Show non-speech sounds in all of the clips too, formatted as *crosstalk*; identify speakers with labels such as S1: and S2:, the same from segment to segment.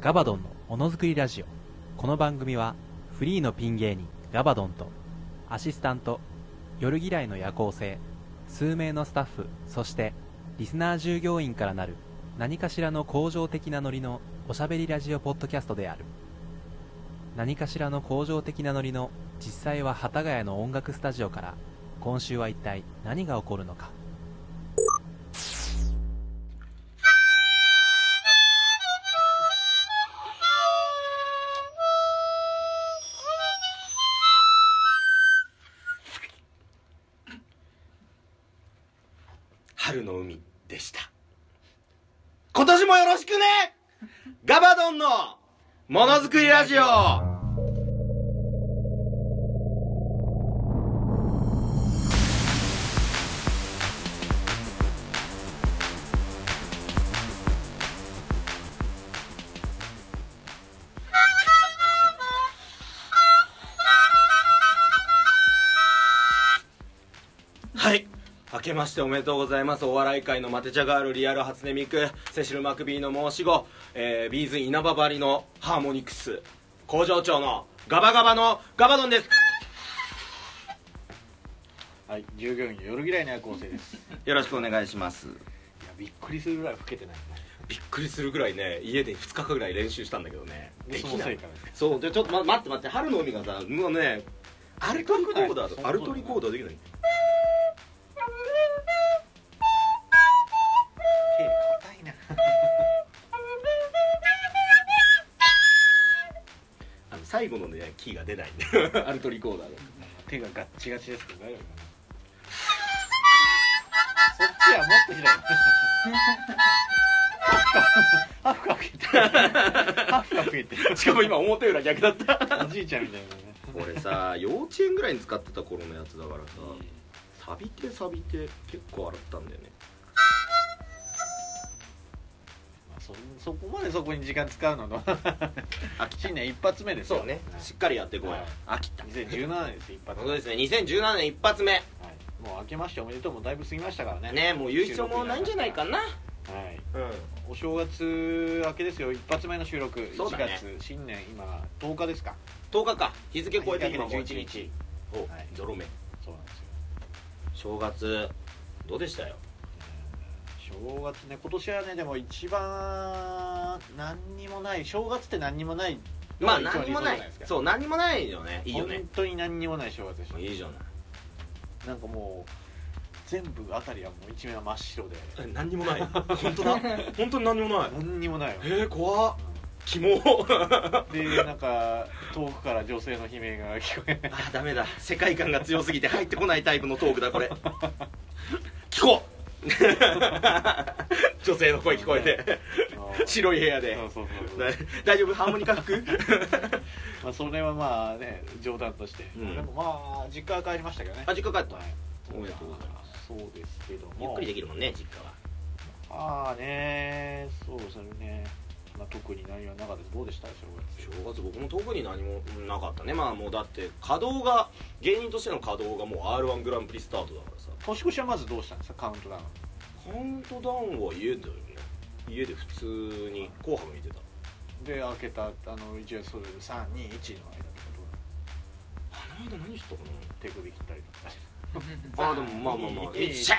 S1: ガバドンのものづくりラジオこの番組はフリーのピン芸人ガバドンとアシスタント夜嫌いの夜行性数名のスタッフそしてリスナー従業員からなる何かしらの向上的なノリのおしゃべりラジオポッドキャストである何かしらの向上的なノリの実際は幡ヶ谷の音楽スタジオから今週は一体何が起こるのか
S2: 春の海でした今年もよろしくねガバドンのものづくりラジオはい明けましておめでとうございますお笑い界のマテ茶ガールリアル初音ミクセシル・マクビーの申し子、えービーズ稲葉張りのハーモニクス工場長のガバガバのガバドンです
S3: はい、従業員の夜嫌いの夜行性です。い
S4: よろしくお願いします
S3: や、びっくりするぐらい老けてないね。
S2: びっくりするぐらいね家で2日間ぐらい練習したんだけどねで
S3: そ
S2: き
S3: の
S2: な
S3: せい
S2: い
S3: かね。
S2: そうじゃあちょっと、ま、待って待って春の海がさもうねアルトリコーダーとアルトリコーダーできない
S3: 手硬いな。
S2: あの最後のねキーが出ないんだよアルトリコーダーの
S3: 手がガッチガチですけど大丈夫かな。そっちはもっと開いて。ハフカフハフカフ言ってる。ハフカフ言って
S2: *laughs*
S3: る。
S2: しかも今表裏逆だった
S3: おじいちゃんみたいなね。
S2: 俺さ幼稚園ぐらいに使ってた頃のやつだからさ錆びて錆びて結構洗ったんだよね
S3: まあそそこまでそこに時間使うのの新年一発目ですよ
S2: しっかりやってこい
S3: はい
S2: 飽きた *laughs*
S3: 2017年です一発
S2: 本
S3: 目、
S2: 当
S3: はい、
S2: ですね2017年一発目
S3: もう明けましておめでとうもだいぶ過ぎましたからね
S2: ねもう言う必要もないんじゃないかな
S3: はい
S2: うん
S3: お正月明けですよ一発目の収録、
S2: そう
S3: 1
S2: だね
S3: 月新年今10日ですか
S2: 10日か日付超えて今もう
S3: 日付
S2: 11日お
S3: はい
S2: ゾロ目
S3: そうなんですよ
S2: 正月どうでしたよ
S3: 正月ね今年はねでも一番何にもない正月って何にもないの
S2: ま
S3: が
S2: あ何に
S3: 一番理想
S2: も
S3: じゃ
S2: ない
S3: ないですか
S2: そう何にもないよねいいよね
S3: 本当に何にもない正月でし
S2: いいじゃ
S3: たなんかもう全部あたりはもう一面は真っ白で
S2: ない何にも *laughs* ない本当だ本当に何にもない
S3: 何にもないわ
S2: えー、怖っキモ *laughs*
S3: でなんか遠くから女性の悲鳴が聞こえ
S2: あーダメだ世界観が強すぎて入ってこないタイプのトークだ *laughs* これ聞こ *laughs* う女性の声聞こえて *laughs* 白い部屋で
S3: そうそうそう
S2: だ大丈夫ハーモニカ吹 *laughs* く
S3: まあ、それはまあね冗談として、
S2: うん
S3: でもまあ実家は帰りましたけどね
S2: あ実家帰った
S3: はい
S2: おめでとうございます
S3: そうですけども
S2: ゆっくりできるもんね実家は
S3: ああねそうですね、まあ、特に何はなかったですどうでした正
S2: 正月僕も特に何もなかったねまあもうだって稼働が芸人としての稼働がもう r 1グランプリスタートだからさ
S3: 月年越しはまずどうしたんですかカウントダウン
S2: カウントダウンは家だよね家で普通に「紅白」見てた
S3: で開けたあの一応それで321の間とかどうなの
S2: あの間何したかな
S3: 手首切ったりとか
S2: あでもまあまあまあ
S3: いいいい
S2: シャ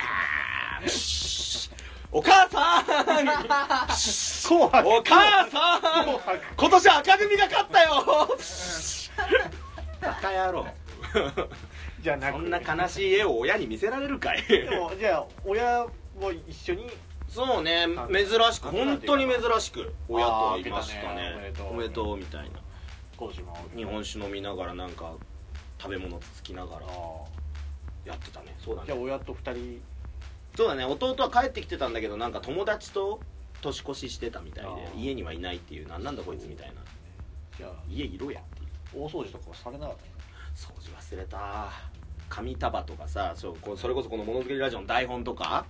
S2: ープシュッお母さ *laughs* ん
S3: 紅白
S2: お母さん
S3: 紅白
S2: 今年赤組が勝ったよ *laughs* バカ野郎
S3: じゃなく
S2: そんな悲しい絵を親に見せられるかい
S3: でもじゃあ親も一緒に
S2: そうね珍しく本当に珍しく親とはいましたね
S3: あー開けたね
S2: おめでとうみたいな
S3: 今年も
S2: 日本酒飲みながらなんか食べ物つつきながら
S3: あ
S2: やってたねそうだ
S3: あじゃ
S2: ね
S3: あ親と2人
S2: そうだね弟は帰ってきてたんだけどなんか友達と年越ししてたみたいで
S3: あー
S2: 家にはいないっていうなんなんだこいつみたいな
S3: じゃあ
S2: 家いろやっていう
S3: 大掃除とかはされなかった
S2: 掃除忘れた紙束とかさそうこそれこそこの「ものづくりラジオ」の台本とか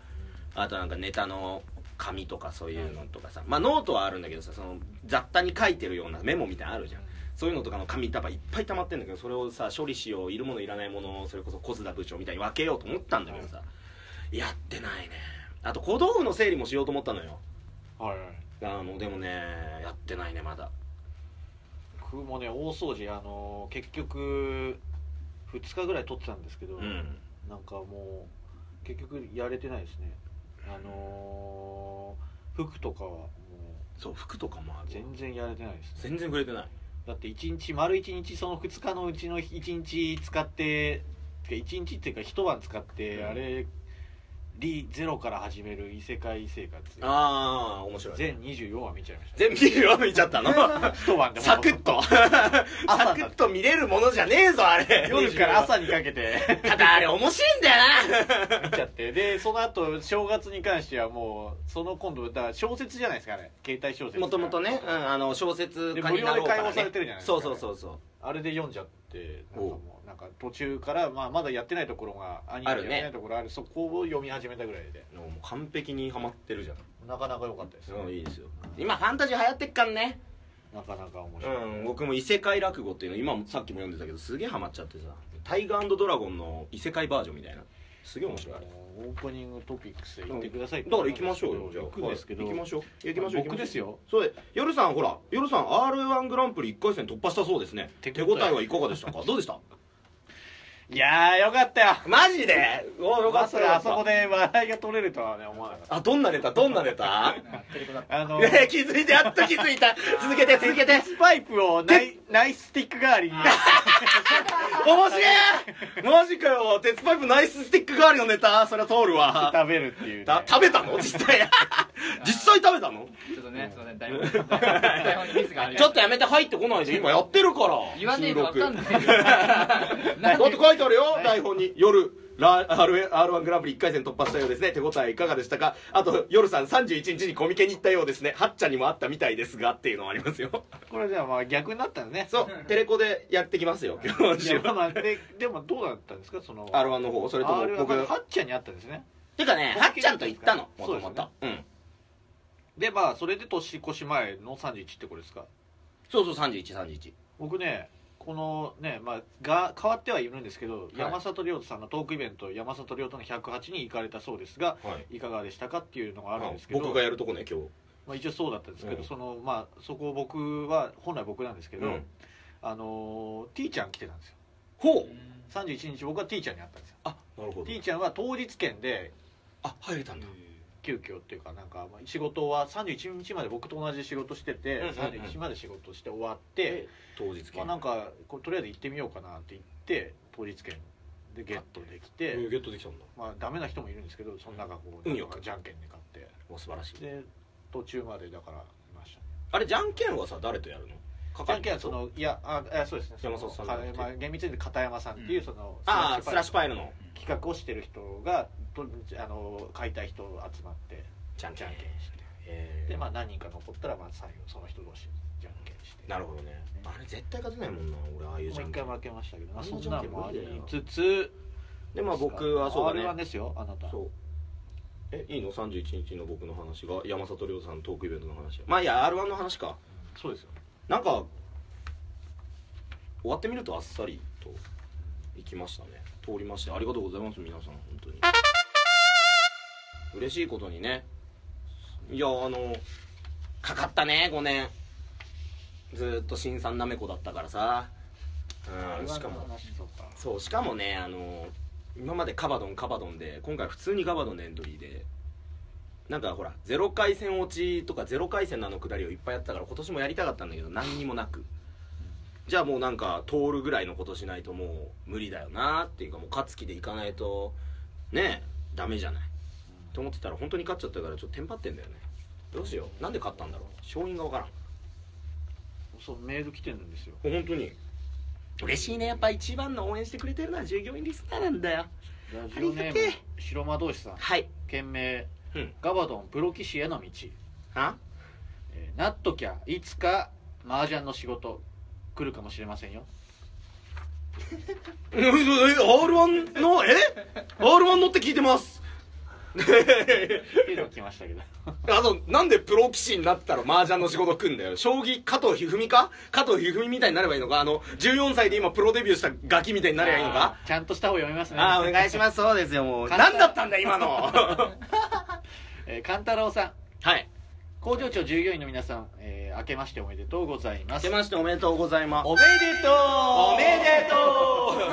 S2: あとなんかネタの紙とかそういうのとかさ、まあノートはあるんだけどさその雑多に書いてるようなメモみたいなのあるじゃんそういうのとかの紙束いっぱい溜まってんだけどそれをさ処理しよういるものいらないものをそれこそ小津田部長みたいに分けようと思ったんだけどさ、やってないねあと小道具の整理もしようと思ったのよ
S3: はいはい
S2: あのでもねやってないねまだ
S3: 僕もね大掃除あの結局2日ぐらい取ってたんですけど、
S2: うん
S3: なんかもう結局やれてないですねあのー服とかはもう
S2: そう服とかもある
S3: 全然やれてないですね
S2: 全然触れてない
S3: だって一日丸一日その2日のうちの1日使っててか一日っていうか一晩使って、
S2: うん
S3: あれリゼロから始める異世界生活
S2: ああ面白いね
S3: 全24話見ちゃいました
S2: 全部色見ちゃったの
S3: 一 *laughs* 晩で
S2: *laughs*
S3: も
S2: サクッと *laughs* サクッと見れるものじゃねえぞあ *laughs* れ
S3: 夜から朝にかけて
S2: ただあれ面白いんだよ
S3: 見ちゃってでその後正月に関してはもうその今度だから小説じゃないですかね携帯小説
S2: な *laughs* もともとね、うん、あの小説家になろうから、ね、
S3: で無料で解放されてるじゃないですか
S2: そうそうそうそ
S3: あれで読んじゃってなんかもうなんか途中から、まあ、まだやってないところがアニメ
S2: あ
S3: やっ
S2: る
S3: て
S2: ね
S3: ないところあるそこを読み始めたぐらいで
S2: うもう完璧にはまってるじゃん
S3: なかなか良かったです
S2: すごいいいですよ今ファンタジー流行ってっかんね
S3: なかなか面白い、
S2: うん僕も異世界落語っていうの今もさっきも読んでたけどすげえハマっちゃってさタイガードラゴンの異世界バージョンみたいなすげえ面白いあれ
S3: オープニングトピックス行ってください
S2: だから行きましょうよじゃあ
S3: 行くんですけ
S2: は
S3: ど、
S2: い行きましょう行きましょう
S3: 僕ですよ
S2: それ夜さんほら夜さん r 1グランプリ1回戦突破したそうですね
S3: 手
S2: 手
S3: 応え
S2: 応えはいかがでしたかどうで
S3: *laughs*
S2: した
S3: いやーよかったよ
S2: マジでおよか
S3: ま
S2: った
S3: さかあそこで笑いが取れるとはね思わなかっ
S2: あどんなネタどんなネ
S3: *laughs*
S2: タ
S3: たあの
S2: いや気づいてやっと気づいた続けて続けて
S3: スパイプをナイナイススティック代わりに
S2: 面白いマジかよ鉄パイプナイススティック代わりのネタそれは通るわ
S3: 食べるっ
S2: *laughs*
S3: ていうね、
S2: た食べたの実 *laughs* 際実際食べたの
S4: ちょっとね、すいません、台本台本にミスがありま
S2: ちょ
S4: した
S2: っとやめて入ってこないで今やってるから
S4: 言わねえとわかんない。
S2: だ
S4: なん
S2: って
S4: で
S2: 書いてあるよ台本に夜ラ R- R1 グランプリ1回戦突破したようですね手応えいかがでしたかあと夜さん31日にコミケに行ったようですねはっちゃんにも会ったみたいですがっていうのもあります
S3: *laughs*
S2: よ
S3: これじゃあまあ逆になったんですね
S2: そうテレコでやってきますよ今
S3: い
S2: 週
S3: やまあまあででもどうだったんですかその
S2: R1 の方それとも
S3: R1
S2: 僕
S3: はっちゃんに会ったんですね
S2: てかねはっちゃんと行ったのもともと
S3: そ
S2: うん
S3: でまあそれで年越し前の31ってことですか
S2: そうそう3131
S3: 僕ねこのねまあが変わってはいるんですけど、山里亮太さんのトークイベント山里亮太の108に行かれたそうですが
S2: はい
S3: いかがでしたかっていうのがあるんですけど
S2: 僕がやるとこね今日
S3: まあ、一応そうだったんですけど、
S2: うん
S3: そのまあそこ僕は本来僕なんですけど、
S2: うん
S3: あのー T ちゃん来てたんですよ
S2: ほう
S3: 31日僕は T ちゃんに会ったんですよ
S2: あなるほ
S3: T ちゃんは当日券で
S2: あ入れたんだ
S3: 急遽っていうかなんかまあ仕事は31日まで僕と同じ仕事して
S2: う
S3: て、
S2: んうんうん
S3: 31日まで仕事して終わって、
S2: 当日
S3: まあ、
S2: 券
S3: なんかこうとりあえず行ってみようかなって言って当日券でゲットできて、
S2: ゲットできたんだ
S3: まあダメな人もいるんですけどその中こう
S2: 運
S3: な
S2: よ
S3: ん
S2: く
S3: かじゃんけんで買って
S2: お素晴らしい
S3: で途中までだからいましたね
S2: あれじゃんけんはさ誰とやるの
S3: じゃんけんはそのいやああそうですね
S2: 山里さん
S3: その
S2: じゃなくて
S3: まあ、厳密に言うと片山さんっていう
S4: うん
S3: その、
S2: ああスラッシュ
S3: パイ
S2: パイルの
S3: の企画をしてる人がとあの買いたい人集まって
S2: じゃん
S3: じ
S2: け
S3: ゃ
S2: ん
S3: んけんして
S2: え
S3: でまあ何人か残ったらまあ最後その人同士じゃんけんして
S2: なるほどねあれ絶対勝てないもんな俺ああいうじ
S3: も
S2: ゃ
S3: うん一
S2: け
S3: 回
S2: ん
S3: 負けましたけどまあ
S2: あ
S3: そ
S2: の
S3: ん
S2: じ
S3: な
S2: ゃんけ
S3: ん
S2: ん
S3: もあ
S2: 無理だよ
S3: りつつ
S2: でまあ僕はそうだ
S3: R1
S2: ね
S3: ですよあなた
S2: そうえいいの31日の僕の話が山里亮さんのトークイベントの話まあいや r 1の話か
S3: そうですよ
S2: なんか終わってみるとあっさりと行きましたね通りましてありがとうございます皆さん本当に嬉しいことにねいやあのかかったね5年ずーっと新さんなめこだったからさうんしかもそうしかもねあの今までカバドンカバドンで今回普通にカバドンのエントリーでなんかほら0回戦落ちとか0回戦のあのくだりをいっぱいやってたから今年もやりたかったんだけど何にもなくじゃあもうなんか通るぐらいのことしないともう無理だよなっていうかもう勝つ気でいかないとねえダメじゃないと思ってたら本当に勝っちゃったからちょっとテンパってんだよねどうしようなんで勝ったんだろう勝因が分からん
S3: そうメール来てるんですよ
S2: 本当に嬉しいねやっぱ一番の応援してくれてるのは従業員リスナーなんだよ
S3: ラジオネー
S2: ありが
S3: ム
S2: て
S3: 白魔道士さん
S2: はい
S3: 件名
S2: うん
S3: ガバドンプロ棋士への道、
S2: は
S3: えーなっときゃいつか麻雀の仕事来るかもしれませんよ
S2: え、え R1 の、え ?R1 のって聞いてます。
S3: っていうのが来ましたけど
S2: *laughs* あと、なんでプロ棋士になったら麻雀の仕事来んだよ。将棋、加藤一二三か加藤一二三みたいになればいいのかあの、14歳で今プロデビューしたガキみたいになればいいのか
S3: ちゃんとした方読みますね
S2: あーお願いします。そうですよ、もう。 *laughs*
S3: 簡単
S2: 何だったんだ、今の。は
S3: えー勘太郎さん
S2: い。
S3: 「工場長従業員の皆さん、えー明けましておめでとうございま
S2: 明
S3: す
S2: けましておめでとうございます
S3: おめでとう
S2: おめでと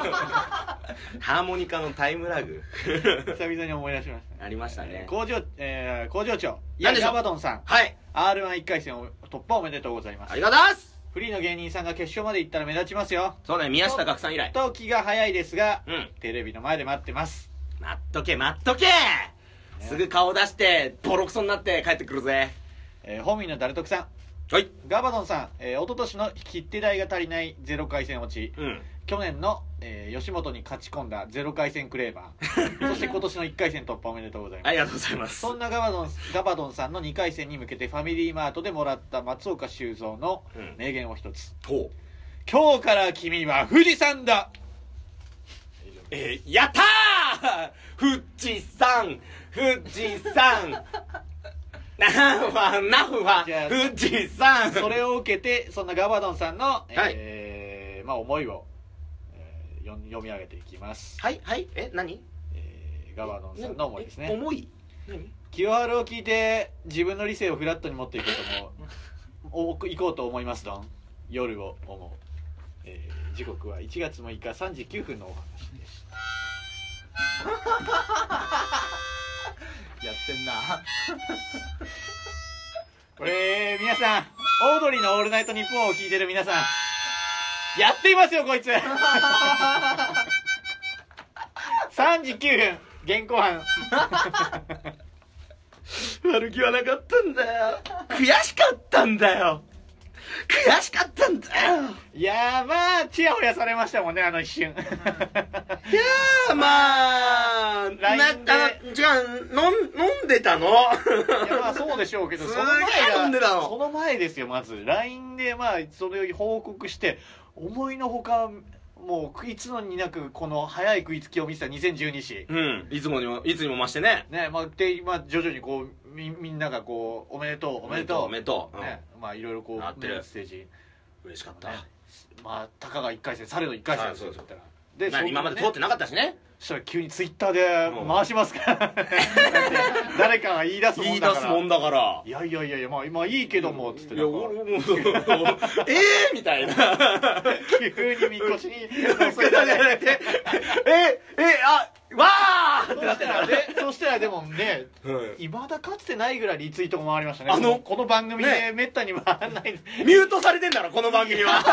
S2: う *laughs* ハーモニカのタイムラグ *laughs*
S3: *laughs* 久々に思い出しましたね
S2: ありましたね
S3: 工場、えー工場長いや
S2: 何でしょう
S3: ガバドンさん
S2: はい
S3: r 1 1回戦を突破おめでとうございます
S2: ありがとうございます
S3: フリーの芸人さんが決勝まで行ったら目立ちますよ
S2: そうね宮下岳さん以来
S3: と気が早いですが、
S2: うん
S3: テレビの前で待ってます
S2: 待っとけ待っとけすぐ顔出してボロクソになって帰ってくるぜ
S3: えー本民のダルトクさん
S2: はい
S3: ガバドンさん、えー、一昨年の切手代が足りないゼロ回戦落ち
S2: うん
S3: 去年の、えー吉本に勝ち込んだゼロ回戦クレーバ
S2: *laughs*
S3: ーそして今年の1回戦突破おめでとうございます、
S2: ありがとうございます
S3: そんなガバドンガバドンさんの2回戦に向けてファミリーマートでもらった松岡修造の
S2: うん
S3: 名言を一つ、
S2: と
S3: 今日から君は富士
S2: *laughs*
S3: 山だ
S2: えーやったー富士山富士 *laughs* 山なふわなふわ
S3: じゃあ
S2: 富士山
S3: それを受けてそんなガバドンさんの、えーまあ、思いを、えーよ読み上げていきます、
S2: はいはいえ何
S3: えーガバドンさんの思いですね
S2: え重い何
S3: 清春を聞いて自分の理性をフラットに持っていこうと思うお行こうと思いますどん夜を思う、えー時刻は1月6日3時9分のお話でし
S4: やってんな
S3: たこれ皆さんオードリーの「オールナイトニッポン」を聞いてる皆さんやっていますよ
S4: *laughs*
S3: こいつ3時9分現行犯
S2: 悪気はなかったんだよ悔しかったんだよ悔しかったんだよ
S3: いやーまあチヤホヤされましたもんねあの一
S2: *laughs*
S3: 瞬
S2: いやーまあなあ
S3: LINE で
S2: の違う飲ん飲んでたの
S3: いやまあそうでしょうけど、
S2: す
S3: そ
S2: げえ
S3: の前が
S2: 飲んでたの
S3: その前ですよ、まず。LINE で、まあ、それを報告して、思いのほか、もう、いつのになく、この早い食いつきを見せた2012市。
S2: *laughs* うんいつもにもいつにも増してね
S3: ね、まあ、で、まあ、徐々にこう、み、みんながこう、おめでとう、おめでとう。
S2: おめでとう、うん
S3: ね、まあ、いろいろこう、
S2: なってる
S3: メッセージ。
S2: 嬉しかった、
S3: ねまあ、たかが1回戦、されど1回戦
S2: あそうそう
S3: みたいなで
S2: な
S3: そこ
S2: 今まで通ってなかったしね
S3: そしたら急にツイッターで回しますから。 *laughs* だって誰かが言い出すも
S2: 言
S3: ん
S2: い
S3: だ
S2: 出
S3: か
S2: す
S3: ら。
S2: もんだから
S3: いやいやいやいや、まあ、今いいけども、つって
S2: い
S3: な
S2: や
S3: んか。
S2: 俺も
S3: *laughs*
S2: ええみたいな
S3: 急にみこ
S2: *laughs*
S3: しに
S2: え
S3: 乗せられて
S2: えあわあって
S3: そ
S2: なっ
S3: してた
S2: た
S3: らでそしたらでもね
S2: うん
S3: いまだかつてないぐらいリツイートも回りましたね
S2: あの
S3: この番組
S2: ね
S3: でめったに回らない、
S2: ミュートされてんだろこの番組
S3: *laughs*
S2: はこ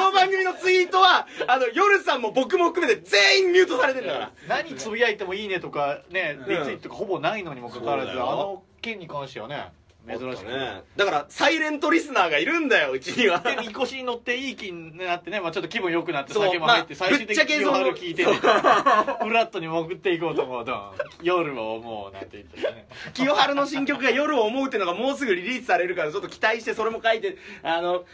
S2: の番組のツイートはあの夜さんも僕も含めて全員ミュートされてんだから
S3: 何つぶやいてもいいねとかね
S2: うん
S3: リツイートがほぼないのにもかかわらず、
S2: そうだ
S3: あ
S2: よ
S3: の件に関してはね珍しく
S2: ねだからサイレントリスナーがいるんだようちには
S3: でみこしに乗っていい気になってね、まあ、ちょっと気分良くなって
S2: そう
S3: 酒も入って
S2: まあ
S3: 最終的
S2: ぶっちゃ
S3: に
S2: け
S3: 夜
S2: その
S3: を聞いてねフラットに潜っていこうと思うと夜を思うなんて言ってね
S2: *laughs* 清春の新曲が「夜を思う」っていうのがもうすぐリリースされるからちょっと期待してそれも書いてあの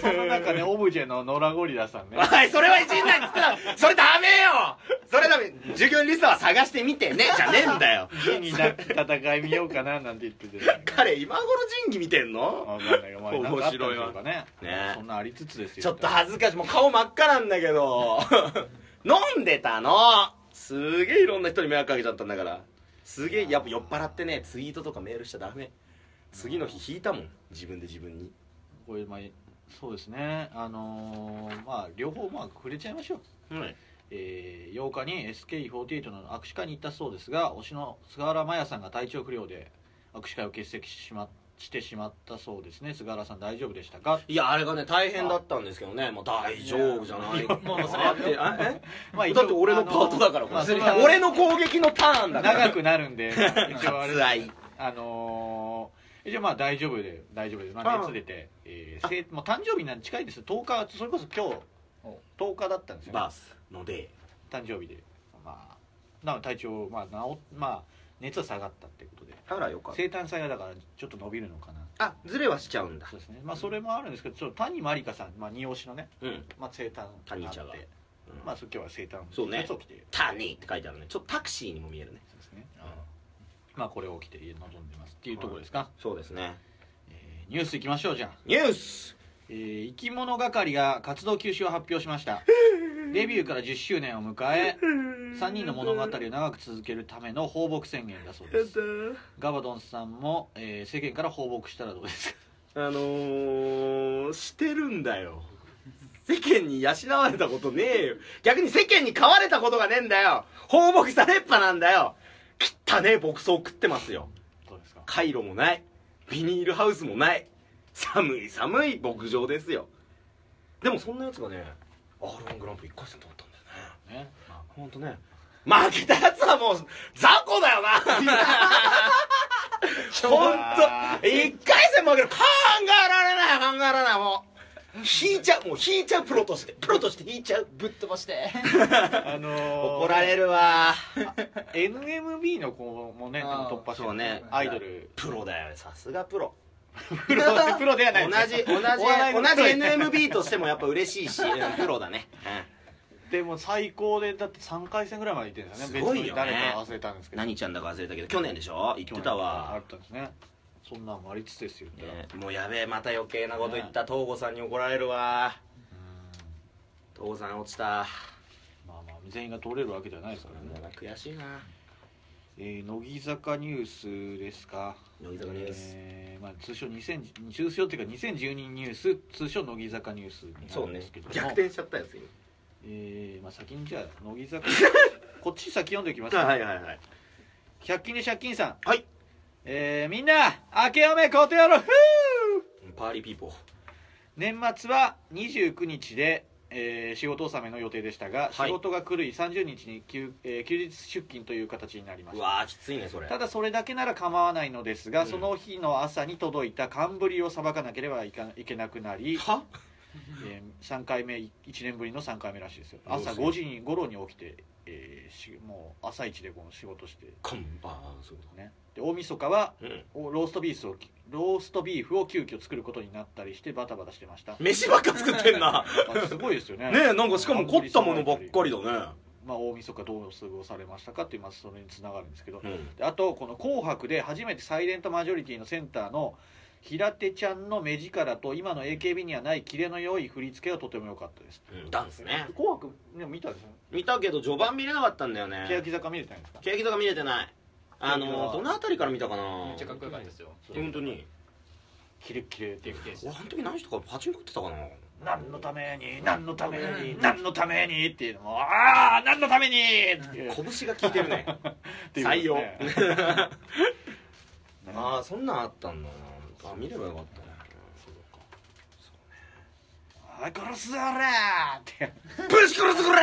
S3: その中ねオブジェの野良ゴリラさんね
S2: はい、それは一位なんっつったら、それダメよそれダメ授業リストは探してみてね、じゃねえんだよ
S3: 家になって戦い見ようかななんて言ってて、ね、
S2: 彼、今頃仁義見てんの
S3: わかんないよまあなんかあったん
S2: 面
S3: でし
S2: 白い
S3: ょ
S2: わ
S3: うかね
S2: ね
S3: そんなありつつですよ
S2: ちょっと恥ずかしい。もう顔真っ赤なんだけど。 *laughs* 飲んでたのすげえいろんな人に迷惑かけちゃったんだから。すげえ、やっぱ酔っ払ってね、ツイートとかメールしちゃダメ。次の日引いたもん。自分で自分に。
S3: これまあそうですねあのーまあ両方まあ触れちゃいましょう
S2: うん。
S3: えー8日に SKE48 の握手会に行ったそうですが推しの菅原麻也さんが体調不良で握手会を欠席し,、ま、してしまったそうですね菅原さん大丈夫でしたか
S2: いや、あれがね、大変だったんですけどね。もう大丈夫じゃないか
S4: もうそれ
S2: だって、あえ
S3: まあ一応
S2: だって俺のパートだから、
S3: あのまあ
S2: これ
S3: それ
S2: *laughs*
S3: は
S2: 俺の攻撃のターンだから。
S3: 長くなるんで一応あれ
S2: 割愛
S3: あのー、一応まあ大丈夫で大丈夫です、まあ、熱出て、えーせいもう誕生日なんで近いんですよ10日それこそ今
S4: お
S3: 日10日だったんですよ、ね
S2: バースので
S3: 誕生日でまあなので体調まあ治まあ熱は下がったってことで
S2: あらよかった
S3: 生誕祭がだからちょっと伸びるのかな
S2: あズレはしちゃうんだ
S3: そうですねまあそれもあるんですけどちょっと谷まりかさん、まあ、二押しのね、
S2: うん
S3: まあ、生誕
S2: 谷ちゃん
S3: っ
S2: が
S3: て
S2: うん
S3: まあそ今日は生誕
S2: そうね
S3: やつを着て
S2: 「タニー」って書いてあるねちょっとタクシーにも見えるね
S3: そうですねまあこれを着て臨んでますっていうところですか、
S2: そうですね
S3: えーニュースいきましょうじゃあ
S2: ニュース
S3: えー生き物係が活動休止を発表しましたデビューから10周年を迎え3人の物語を長く続けるための放牧宣言だそうですガバドンさんも、えー世間から放牧したらどう
S2: *laughs*
S3: ですか
S2: あのー、してるんだよ世間に養われたことねえよ逆に世間に飼われたことがねえんだよ放牧されっぱなんだよ汚ねえ牧草食ってますよ
S3: どうですか
S2: 回路もないビニールハウスもない寒い寒い牧場ですよでもそんなやつがね R−1 グランプリ1回戦通ったんだよね
S3: ね
S2: ほんとね負けたやつはもう雑魚だよ
S3: *laughs*
S2: なほんと一回戦負ける考えられない考えられないもう引いちゃうもう引いちゃうプロとしてプロとして引いちゃう
S4: ぶっ飛ばして
S3: あの *laughs* ー、
S2: 怒られるわ
S3: NMB の子もねで
S4: あー
S3: も突破して
S2: そうね
S3: アイドル
S2: プロだよさすがプロ
S3: プロプロではな
S2: 同
S3: い
S2: じ同じ同じ NMB としてもやっぱ嬉しいしうんプロだね、
S3: でも最高でだって3回戦ぐらいまで行ってるんですよね
S2: すごいよね
S3: 別に誰か忘れたんです
S2: うん
S3: けど
S2: 何ちゃんだか忘れたけど去年でしょ言ってた
S3: あ
S2: わ
S3: っ、たんですねそんなんもありつつですよ、ね
S2: ねもうやべえまた余計なこと言った東郷さんに怒られるわ東郷さん落ちた
S3: まあまあ全員が通れるわけじゃないですからね、
S2: 悔しいな
S3: えー乃木坂ニュースですか
S2: 乃木坂ニュース
S3: えーまあ、通称2000通称っていうか2012ニュース通称乃木坂ニュースにな
S2: そ
S3: る
S2: うんね
S3: ですけども
S2: 逆転しちゃったやつ今
S3: えーまあ、先にじゃあ乃木坂
S2: *laughs*
S3: こっち先読んでおきます、
S2: はいはいはい
S3: 100均で借金さん
S2: はい
S3: えーみんな明けおめことよろふう
S2: パーリーピーポー
S3: 年末は29日で、えー仕事納めの予定でしたが、
S2: はい
S3: 仕事が狂い30日に休,、えー休日出勤という形になりま
S2: う
S3: した
S2: わーきついねそれ
S3: ただそれだけなら構わないのですが、
S2: うん
S3: その日の朝に届いた寒ぶりをさばかなければいかいけなくなり、
S2: は
S3: え3回目1年ぶりの3回目らしいですよ
S2: どうす
S3: 朝
S2: る
S3: 5時に5時に起きて、えーしもう朝一でこの仕事して、
S2: こんああそういうこ
S3: ね、で大晦日は
S2: とうん
S3: おローストビーフをローストビーフを急遽作ることになったりしてバタバタしてま *laughs* した
S2: 飯ばっか作ってんな
S3: あすごいですよね
S2: ねえなんかしかも凝ったものばっかりだ
S3: まあ大晦日どう過ごされましたかっていうまあそれにつながるんですけど、
S2: ねうん
S3: であとこの「紅白」で初めてサイレントマジョリティのセンターの平手ちゃんの目力と今の AKB にはないキレの良い振り付けがとても良かったです
S2: うんダンスね
S3: 紅白ね見たでしょ
S2: 見たけど序盤見れなかったんだよね
S3: 欅坂見れてないんですか
S2: 欅坂見れてないあ
S3: 欅坂
S2: のーどの辺りから見たかな
S4: めっちゃかっこよかったですよ
S2: 本当に
S3: キレッキレっていう
S2: 俺あの時何してたかパチンコ打ってたかな
S3: 何のために何のために何のためにっていうのもああ何のためにっていう
S2: 拳が効いてるね
S3: っていうことですねね *laughs*
S2: ああそんなんあったんだなあ見ればよかったね
S3: あ殺すぞおらーって
S2: ぶち殺すこれ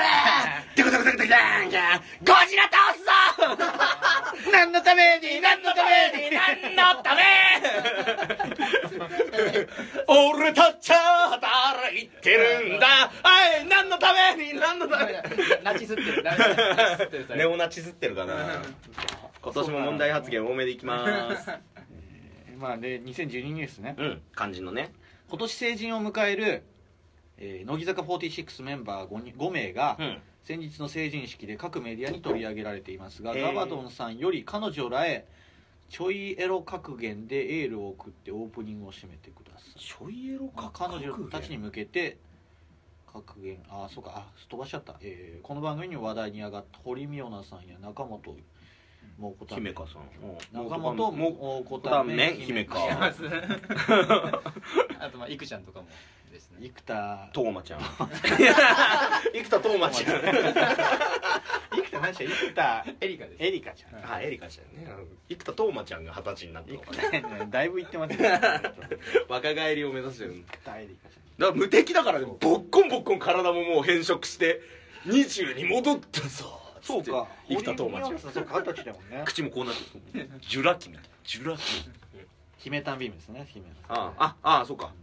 S2: デコデコデコデコデンデンゴジラ倒すぞ何のために何のために何のため俺たちは働いてるんだあい何のために何のために
S4: ナチスってるダメだナチスってるそれ
S2: ネオナチスってるかな今年も問題発言多めでいきます
S3: まあね2012ニュースね
S2: うん肝心のね
S3: 今年成人を迎える、えー乃木坂46メンバー 5, 人5名が
S2: うん
S3: 先日の成人式で各メディアに取り上げられていますが、
S2: へー
S3: ガバドンさんより彼女らへちょいエロ格言でエールを送ってオープニングを締めてください
S2: ちょいエロ
S3: まあ彼女たちに向けて格言あそうかあ飛ばしちゃった、えーこの番組に話題に上がった堀美央奈さんや中本もうこた
S2: 姫香さん
S3: 中本もうこ
S2: もうこた
S3: ため
S2: め姫香
S4: 違いますあとまあいくちゃんとかもですね
S3: 生田
S2: トーマちゃん生田トーマちゃん
S3: 生田何でした生田
S4: エリカです
S3: エリカちゃん
S2: あ *laughs* エリカちゃんねあの生田斗真ちゃんが二十歳になったのかな
S3: だいぶ行ってますね。
S2: *laughs* 若返りを目指してる
S3: あ
S2: だから無敵だからねボッコンボッコン体ももう変色して20に戻ったぞ
S3: そうか。
S2: 生田斗真ちゃん
S3: そうか、二十歳だもんね。
S2: 口もこうなってるジュラキみたいジュラキ
S3: 姫タンビームですね、姫。
S2: ああああそうか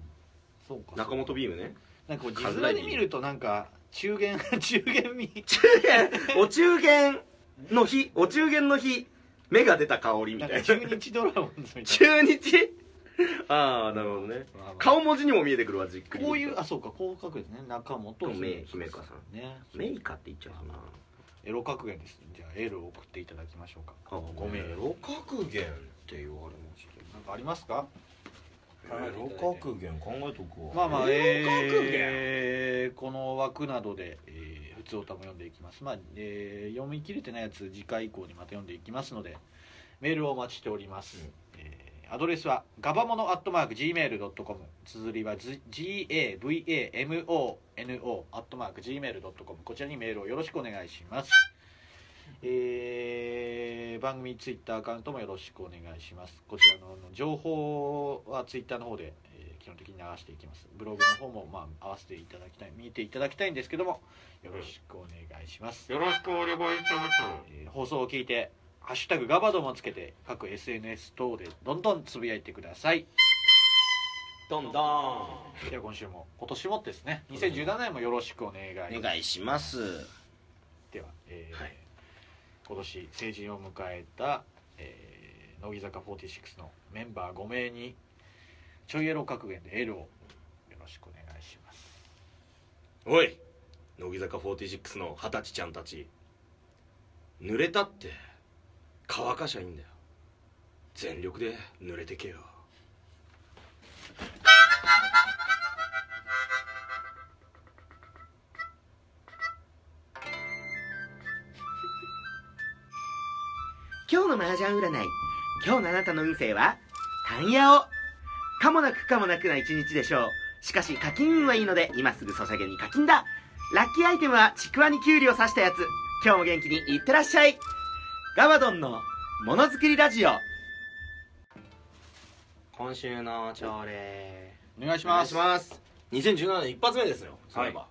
S3: そうか。
S2: 中本ビームね
S3: なんかこう、字面で見ると、なんか、中元、中元み。
S2: 中元お中元の日お中元の日芽が出た香りみ
S3: な
S2: た
S3: ん
S2: いな
S3: か中日ドラゴンズみたい
S2: 中日ああなるほどね
S3: なまあまあ。
S2: 顔文字にも見えてくるわじっくり
S3: こういう、あ、そうか、こう書くですね。中本
S2: め姫香さ
S3: ん。ね。
S2: メイカって言っちゃうかな
S3: エロ格言です。じゃあ、エールを送っていただきましょうか。
S2: あごめんエロ格言って言われまし
S3: なんかありますか
S2: たエロ格言考えとくわ
S3: まあまあ、
S2: エロ格言
S3: えーこの枠などで、えー普通歌も読んでいきますまあ、えー読み切れてないやつ次回以降にまた読んでいきますのでメールをお待ちしております、えーアドレスはガバモノアットマーク Gmail.com 綴りはず GAVAMONO アットマーク Gmail.com こちらにメールをよろしくお願いしますえー番組ツイッターアカウントもよろしくお願いしますこちらのあの情報はツイッターの方で、えー基本的に流していきますブログの方も、まあ、合わせていただきたい見ていただきたいんですけどもよろしくお願いします、
S2: よろしくお願いします
S3: えー放送を聞いて「ハッシュタグガバドン」をつけて各 SNS 等でどんどんつぶやいてください
S2: どんどん
S3: では今週も今年もですね2017年もよろしくお願い
S2: お願いします
S3: では、えー
S2: はい
S3: 今年成人を迎えた、えー乃木坂46のメンバー5名にちょいエロ格言でエールをよろしくお願いします
S2: おい乃木坂46の二十歳ちゃんたち濡れたって乾かしゃいいんだよ全力で濡れてけよ
S5: 今日の麻雀占い今日のあなたの運勢は単ヤオかもなくかもなくな一日でしょうしかし課金運はいいので今すぐソシャゲに課金だラッキーアイテムはちくわにきゅうりを刺したやつ今日も元気にいってらっしゃいガバドンのものづくりラジオ
S2: 今週の朝礼
S3: お願いし
S2: お願
S3: ま
S2: いし
S3: す
S2: ます2017年一発目ですよそういえば、
S3: は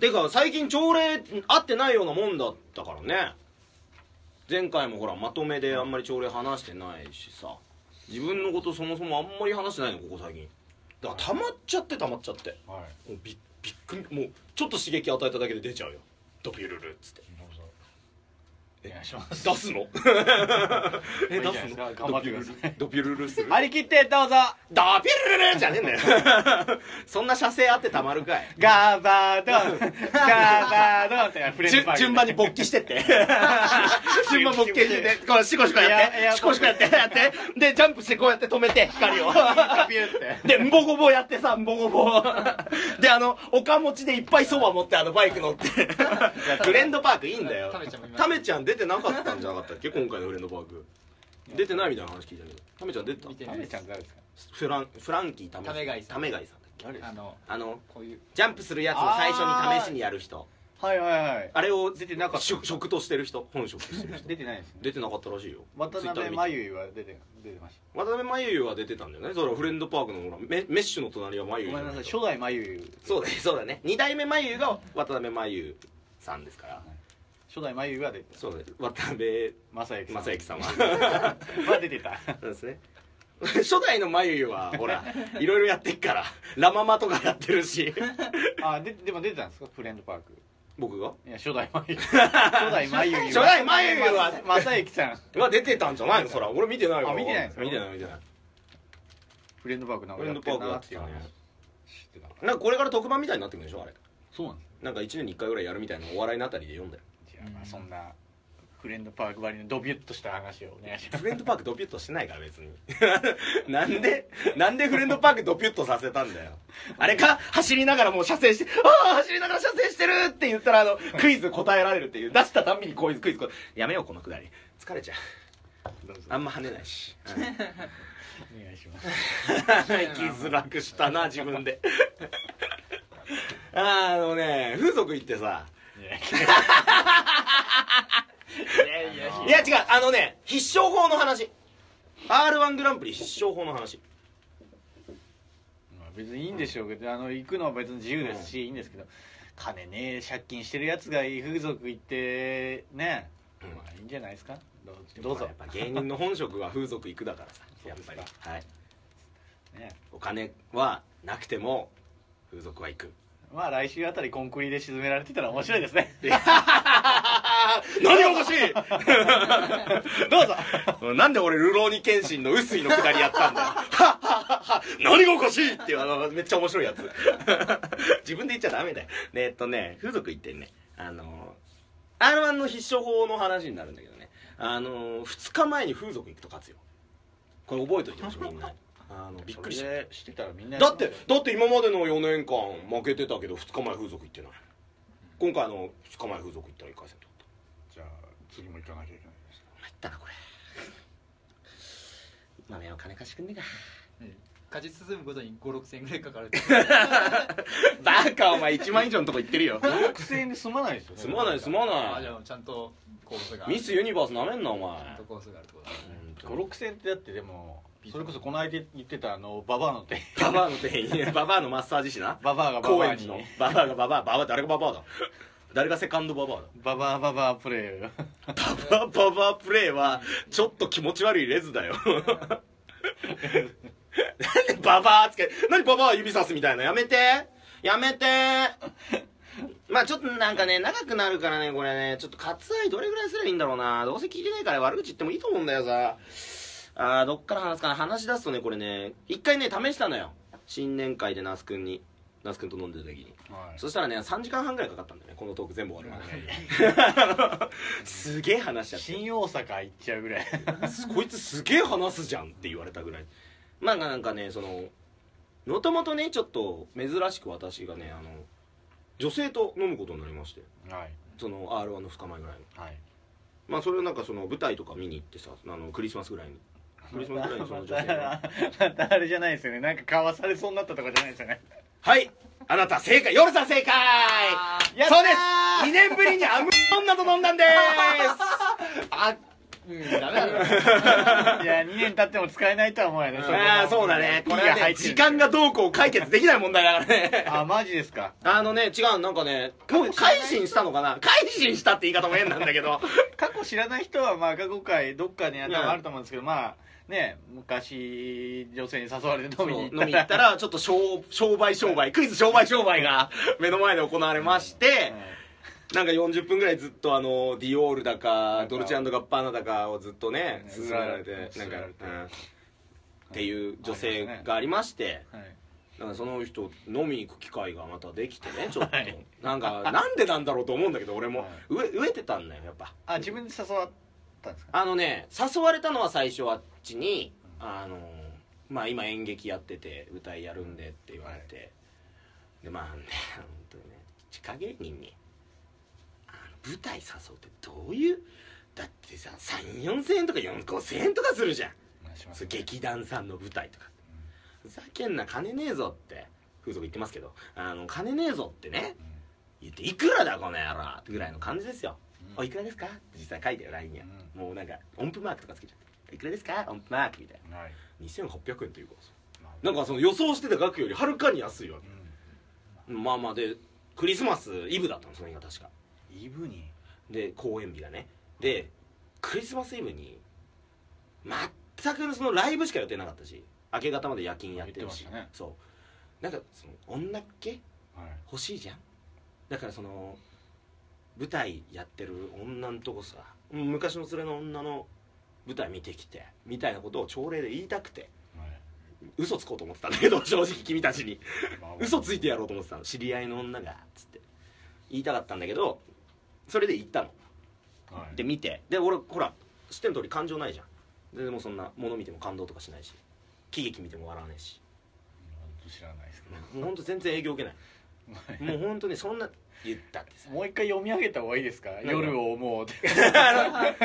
S2: てか最近朝礼合ってないようなもんだったからね前回もほらまとめであんまり朝礼話してないしさ自分のことそもそもあんまり話してないのここ最近だから溜まっちゃって溜まっちゃって
S3: はい
S2: もうびっびっくりもうちょっと刺激与えただけで出ちゃうよドピュルルっつって
S3: お願いします
S2: 出すの *laughs* え
S3: まあいい
S2: 出
S3: じゃないですすか
S2: の
S3: 頑張ってください
S2: ドピュルルドピュルルする *laughs*
S3: 張り切ってどうぞ
S2: ドピュルルルじゃねえんだよ *laughs* そんな射精あってたまるかい
S3: ガバドンガバドンってフレンズ
S2: 順
S3: パーク
S2: 順番に勃起してって順番勃起しててこうシコシコやっ
S3: いやいや
S2: てシコシコやってやってでジャンプしてこうやって止めて光を
S3: ピューって
S2: でんぼごぼやってさんぼごぼであのおか持ちでいっぱいそば持ってあのバイク乗ってフレンドパークいいんだよ
S4: タメちゃんもいます
S2: タメちゃん出てなかったんじゃなかったっけ今回のフレンドパーク出てないみたいな話聞いたけどタメちゃん出てた
S4: 見て
S3: タ
S4: ない
S3: メ
S4: で
S3: ちゃん
S4: す
S3: って誰ですか
S2: フランフランキータメ
S4: タメガイさん
S2: タメガイさんだっけ
S4: あの
S2: あの
S4: こういう
S2: ジャンプするやつを最初に試しにやる人
S3: はいはいはい
S2: あれを
S3: 出てなかった
S2: 職職としてる人本職としてる人
S3: 出てないですね
S2: *laughs* 出てなかったらしいよ
S3: 渡
S2: ツイッターで
S3: 辺
S2: 見
S3: 真由は出て出てました
S2: 渡辺真由は出てたんだよねそれはフレンドパークのほらメメッシュの隣は真由
S3: ご
S2: じ
S3: め
S2: ゃ
S3: んなさい
S2: いと
S3: 初代真由
S2: そうだねそうだね2代目真由が渡辺真由さんですから
S3: 初代真由が出て
S2: そうだね渡辺
S3: 正行さん
S2: 正行
S3: *laughs*
S2: 様
S3: は出てた
S2: そうですね初代の真由はほらいろいろやってっからラ・ママとかやってるし
S3: あででも出てたんですかフレンドパーク
S2: 僕が
S3: いや初代真由初代真由
S2: 初代真由は
S3: 正行さん
S2: まあ出てたんじゃないのそら俺見てないよ
S3: あ見てないんですか
S2: 見てない見てない
S3: フレンドパークなん
S2: フ
S3: か
S2: レ
S3: や
S2: ン
S3: っ
S2: ドパ
S3: て
S2: ーク
S3: ん
S2: や
S3: な
S2: った
S3: っててい
S2: ね
S3: う話知ってた
S2: なんかこれから特番みたいになってくるんでしょあれ
S3: そうなんです
S2: なんか1年に1回ぐらいやるみたいなお笑いのあたりで読んだよ
S3: じゃあまあそんなフレンドパークばりのドビュッとした話をお願いします
S2: フレンドパークドピュッとしてないから別に *laughs* なんでなんでフレンドパークドピュッとさせたんだよあれか走りながらもう射精してああ走りながら射精してるって言ったらあのクイズ答えられるっていう出したたんびにこういうクイズこうやめようこのくだり疲れちゃう
S3: どうぞ
S2: あんま跳ねないし、うん
S3: お願いします
S2: 生きづらくしたな自分で *laughs* あーあのね風俗行ってさ
S4: いやいや
S2: いや違うあのね必勝法の話 r 1グランプリ必勝法の話
S3: まあ別にいいんでしょうけど、あの行くのは別に自由ですし、いいんですけど金ね借金してるやつが風俗行ってね、
S2: うん
S3: まあいいんじゃないですかどうどうぞ
S2: やっぱ芸人の本職は風俗行くだからさやっぱり
S3: そうで
S2: はい
S3: ね
S2: お金はなくても風俗は行く
S3: まあ来週あたりコンクリで沈められてたら面白いですね
S2: 何がおかしい *laughs*
S3: どうぞ
S2: なんで俺ルローニケンシンの臼井のくだりやったんだよはっはっはっは何がおかしいっていうあのめっちゃ面白いやつ自分で言っちゃダメだよねえっとね風俗行ってねあの r 1の必勝法の話になるんだけどねあの2日前に風俗行くと勝つよこれ覚えといてほしいみんなあのびっくりした
S3: それでしてたらみんな
S2: だってだって今までの4年間負けてたけど2日前風俗行ってない今回あの2日前風俗行ったら1回戦取っ
S3: じゃあ次も行かなきゃいけないです
S2: た参ったなこれまあねお金貸してくんねえか
S4: うん勝ち進むごとに5 6千円ぐらいかかる
S2: *laughs* バカお前1万以上のとこ行ってるよ
S3: 6000円で済まないですよね
S2: すまないすま
S4: あ
S2: な
S4: で
S2: い
S4: もちゃんとコースが
S2: ミスユニバースなめんなお前
S4: ちゃんとコースがあるってことだ
S3: 56000円ってだってでもそれこそこの間言ってたあのババアの
S2: *laughs*
S3: 店員
S2: ババアの店員 *laughs* ババアのマッサージ師な
S3: ババアがバ
S2: 高
S3: バア
S2: 円
S3: に
S2: 寺のババアがババアババア誰がババアだ誰がセカンドババアだ
S3: ババアババアプレイが
S2: ババアババアプレイはちょっと気持ち悪いレズだよなんでババアつけ何ババア指さすみたいなやめてやめてまあちょっとなんかね長くなるからねこれねちょっと割愛どれぐらいすればいいんだろうなどうせ聞いてないから悪口言ってもいいと思うんだよさあーどっから話すかな話し出すとねこれね一回ね試したのよ新年会で那須君に那須君と飲んでる時に
S3: はい
S2: そしたらね3時間半ぐらいかかったんだよねこのトーク全部終わるまで
S3: *laughs*
S2: すげえ話しちゃって
S3: 新大阪行っちゃうぐらい
S2: こいつすげえ話すじゃんって言われたぐらいまあなんかねそのもともとねちょっと珍しく私がねあの女性と飲むことになりまして
S3: はい
S2: その r 1の2日前ぐらいに
S3: はい
S2: まあそれをなんかその舞台とか見に行ってさあのクリスマスぐらいにクリスマスぐらいにその女性が
S3: またあれじゃないですよねなんかかわされそうになったとかじゃないですよね
S2: はいあなた正解夜さん正解
S3: やったー
S2: そうです2年ぶりにあむ女と飲んだんです
S4: あうんダメだない
S3: や2年経っても使えないとは思うよねこ
S2: ああそうだねこ
S3: こ
S2: れ
S3: れ
S2: は
S3: が
S2: ね
S3: 入ってる
S2: 時間がどうこう解決できない問題だからね
S3: あマジですか
S2: *laughs* あのね、違う、なんかね、もう改心したのかな改心したって言い方も変なんだけど。
S3: 過去知らない人はまあ過去回どっかにあ
S2: いや
S3: あると思うんですけどまあね昔女性に誘われ
S2: *laughs*
S3: て
S2: そう
S3: 飲み
S2: 飲
S3: に
S2: み
S3: 行っ
S2: に行
S3: たら
S2: ったら、ちょっと商商売商売、クイズ商売商売が *laughs* 目の前で行われまして、なんか40分ぐらいずっとあの、ディオールだか、ドルチェガッパーナだかをずっとね、
S3: ね
S2: 勧められて、なん
S3: 勧め
S2: か、
S3: ら
S2: う
S3: れて
S2: ん。っていう女性がありまして、
S3: はい
S2: なんかその人飲みに行く機会がまたできて
S3: *laughs*
S2: ね、ちょっと。
S3: はい
S2: なんか、なんでなんだろうと思うんだけど、俺も
S3: はい、
S2: うえ飢えてたんだよ、やっぱ。
S3: あ自分で誘わったんですか
S2: あのね誘われたのは最初あっちにあのまあ今演劇やってて歌いやるんでって言われて、でまあね本当にね地下芸人にあの舞台誘うってどういうだってさ34000円とか4 5千円とかするじゃん
S3: お願いしま
S2: そう劇団さんの舞台とかふざけんな金ねえぞって風俗言ってますけどあの金ねえぞってね言って「いくらだこの野郎」ぐらいの感じですよ「
S3: うん
S2: おいくらですか?」って実際書いてよ LINE には、もうなんか音符マークとかつけちゃって「いくらですか音符マーク」みたい
S3: はい
S2: な2800円というかなんかその予想してた額よりはるかに安いわけ、まあまあでクリスマスイブだったのその日が確か
S3: イブに
S2: で公演日がねでクリスマスイブに全くそのライブしか予定なかったし明け方まで夜勤やってるし
S3: 言ってましたね
S2: そうなんかその女っ気
S3: はい
S2: 欲しいじゃんだからその舞台やってる女のとこさうん昔の連れの女の舞台見てきてみたいなことを朝礼で言いたくて嘘つこうと思ってたんだけど *laughs* 正直君たちに
S3: はい
S2: 嘘ついてやろうと思ってたの知り合いの女がつって言いたかったんだけどそれで行ったの
S3: はい
S2: で見てで俺ほら知ってる通り感情ないじゃんででもそんな物見ても感動とかしないし喜劇見ても笑わねえし
S3: 知らないですけど
S2: もうほんと全然営業受けないも *laughs* うほんとにそんな言ったって *laughs* さ
S3: もう一回読み上げた方がいいですか
S2: 何が
S3: 夜を思うって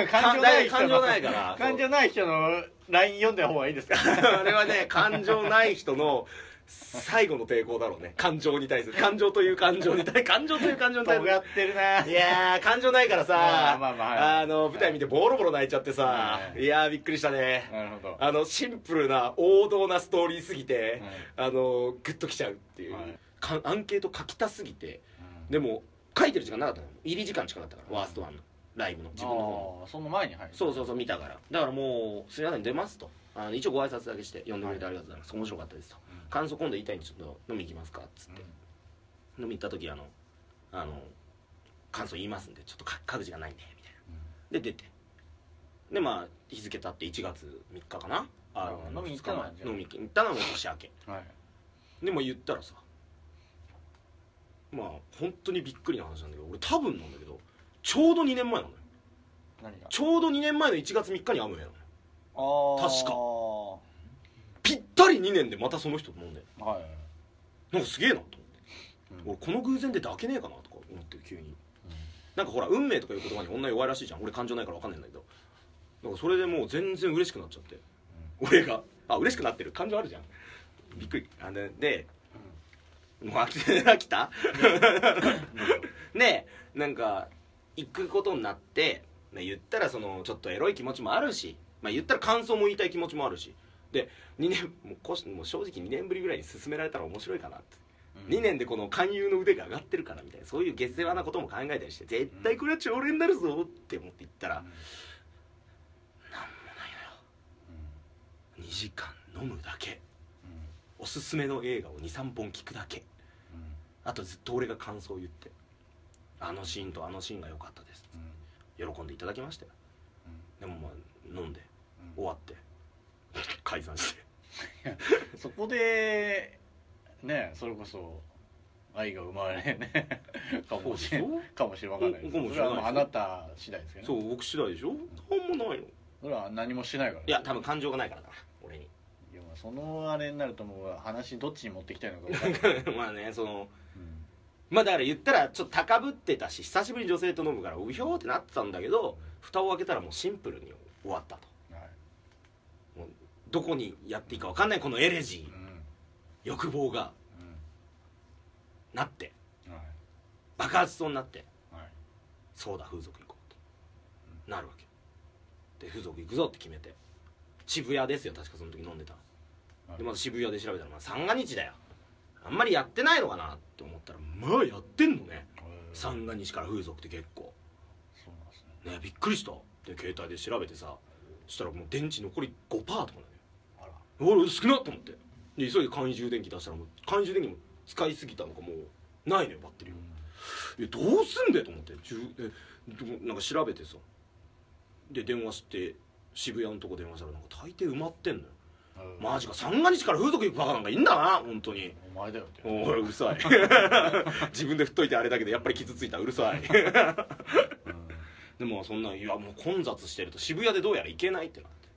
S2: 感情
S3: 感情
S2: な
S3: ないい
S2: *laughs*
S3: 人
S2: 感
S3: の
S2: 情ないから
S3: 感情ない人の LINE 読んだ方がい
S2: *laughs*
S3: いですか
S2: あれはね感情ない人の最後の抵抗だろうね感情に対する感情という感情に対感情という感情に対す
S3: 尖
S2: る
S3: って
S2: *laughs*
S3: るない
S2: やー感情ないからさ
S3: まあまあまあはい
S2: あの舞台見てボロボロ泣いちゃってさ
S3: はい
S2: いやーびっくりしたね
S3: なるほど
S2: あのシンプルな王道なストーリーすぎてあのグッときちゃうっていう
S3: はい
S2: かアンケート書きたすぎてでも書いてる時間なかったの入り時間近かったからワーストワンのライブの自分の方の
S3: ああその前に入る
S2: そうそうそう見たからだからもう「すみません出ます」とあの一応ご挨拶だけして「呼んでくれてありがとうございます面白かったです」と「感想今度言いたいんでちょっと飲み行きますか」っつって、飲み行った時あのあの感想言いますんでちょっとか各自がないんでみたいな、で出てでまあ日付経って1月3日かなあ
S3: あ飲みに行ったのはじゃあ
S2: 飲み行ったのはもう年明け
S3: はい
S2: でも言ったらさまあ本当にびっくりな話なんだけど俺多分なんだけどちょうど2年前なのよ
S3: 何が
S2: ちょうど2年前の1月3日にアムウェイなのよ確かぴったり2年でまたその人と飲んで
S3: かはい
S2: なんかすげえなと
S3: う
S2: 思って、俺この偶然で抱けねえかなとか思って急に、なんかほら運命とかいう言葉に女弱いらしいじゃん俺感情ないから分かんないんだけどなんかそれでもう全然嬉しくなっちゃって、俺があ嬉しくなってる感情あるじゃんびっくりあので、もう飽き *laughs* 飽きた *laughs* でなんか行くことになって、まあ言ったらそのちょっとエロい気持ちもあるし、まあ、言ったら感想も言いたい気持ちもあるしで2年もうこうもう正直2年ぶりぐらいに勧められたら面白いかなって、2年でこの勧誘の腕が上がってるからみたいなそういう下世話なことも考えたりして絶対これは常連になるぞって思って行ったら、なんもないのよ、2時間飲むだけ、おすすめの映画を23本聞くだけあとずっと俺が感想を言って「あのシーンとあのシーンが良かったです」喜んでいただきましたよ、でもまあ飲んで、終わって解散して
S3: そこでねそれこそ愛が生まれね
S2: *laughs*
S3: かもしれ
S2: そうで
S3: ん
S2: し
S3: かもしれんわかんないです
S2: かもしれないです
S3: それはまああなた次第ですけど
S2: そ
S3: ね
S2: う僕次第でしょなんもないのい
S3: それは何もしないからね
S2: や多分感情がないからだな俺に
S3: いやまあそのあれになるともう話どっちに持ってきたいのか分かんない
S2: *laughs* まあねその
S3: うん
S2: まあだから言ったらちょっと高ぶってたし久しぶりに女性と飲むからうひょーってなってたんだけど蓋を開けたらもうシンプルに終わったと
S3: はい
S2: どこにやっていいか分かんないこのエレジ
S3: う
S2: ー
S3: ん
S2: 欲望がなって
S3: うんはい
S2: 爆発しそうになって
S3: はい
S2: そうだ風俗行こうとなるわけで風俗行くぞって決めて渋谷ですよ確かその時飲んでたのでまず渋谷で調べたらまあ三が日だよあんまりやってないのかなって思ったらまあやってんのね
S3: へーそう
S2: 三が日から風俗って結構
S3: なんですね
S2: ねびっくりしたで携帯で調べてさそしたらもう電池残り5%とかなのよ
S3: あら
S2: 俺少なっと思ってで急いで簡易充電器出したらもう簡易充電器も使いすぎたのかもうないのよバッテリーがいやどうすんだよと思ってじゅえどなんか調べてさで電話して渋谷のとこ電話したらなんか大抵埋まってんのよ
S3: うん
S2: マジか三が日から風俗行くバカなんかいんだな本当に
S3: お前だよって
S2: おいうるさい自分で振っとい *laughs* てあれだけどやっぱり傷ついたうるさいでもそんないやもう混雑してると渋谷でどうやら行けないってなって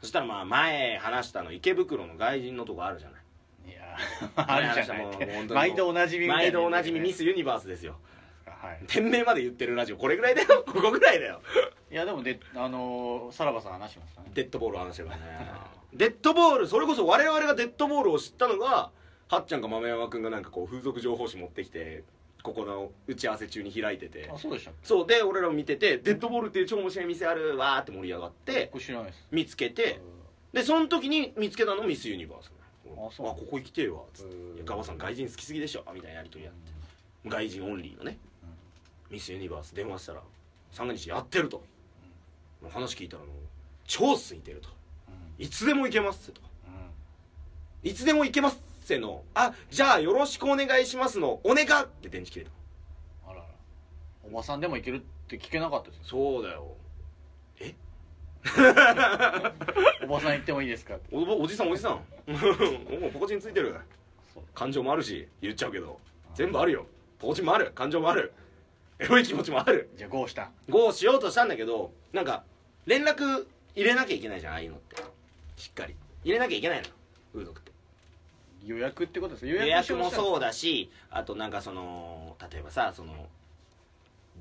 S2: そしたらまあ前話したあの池袋の外人のとこあるじゃない
S3: いや *laughs* あるじゃないって毎度おなじみみたい
S2: 毎度おなじみミ
S3: です
S2: スユニバースですよ
S3: かはい
S2: 店名まで言ってるラジオこれぐらいだよ *laughs* ここぐらいだよ
S3: いやでもであのーさらばさん話しましたね
S2: デッドボールの話だからねデッドボールそれこそ我々がデッドボールを知ったのがはっちゃんか豆山くんがなんかこう風俗情報誌持ってきてここの打ち合わせ中に開いてて
S3: あそうでした
S2: そうで俺らも見ててデッドボールっていう超面白い店あるわーって盛り上がって
S3: 僕知らないです
S2: 見つけてでその時に見つけたのミスユニバース
S3: あそう
S2: ここ行きてえわつって
S3: うん
S2: いやガバさん外人好きすぎでしょ」みたいなやり取りやって外人オンリーのねミスユニバース電話したら三が日やってると話聞いたらもう超空いてるといつでも行けますといつでも行けますせのあじゃあよろしくお願いしますのお願いって電池切れた
S3: あららおばさんでもいけるって聞けなかったです
S2: *laughs*
S3: よ
S2: そうだよ
S3: おばさん行ってもいいですかって
S2: おおじさんおじさん *laughs* もうポコチンついてる
S3: そう
S2: 感情もあるし言っちゃうけど全部あるよポコチンもある感情もあるエロい気持ちもある
S3: じゃあゴーした
S2: ゴーしようとしたんだけどなんか連絡入れなきゃいけないじゃんああいうのってしっかり入れなきゃいけないの風俗って
S3: 予約ってことですよ
S2: 予約も
S3: う
S2: そうだしあとなんかその例えばさその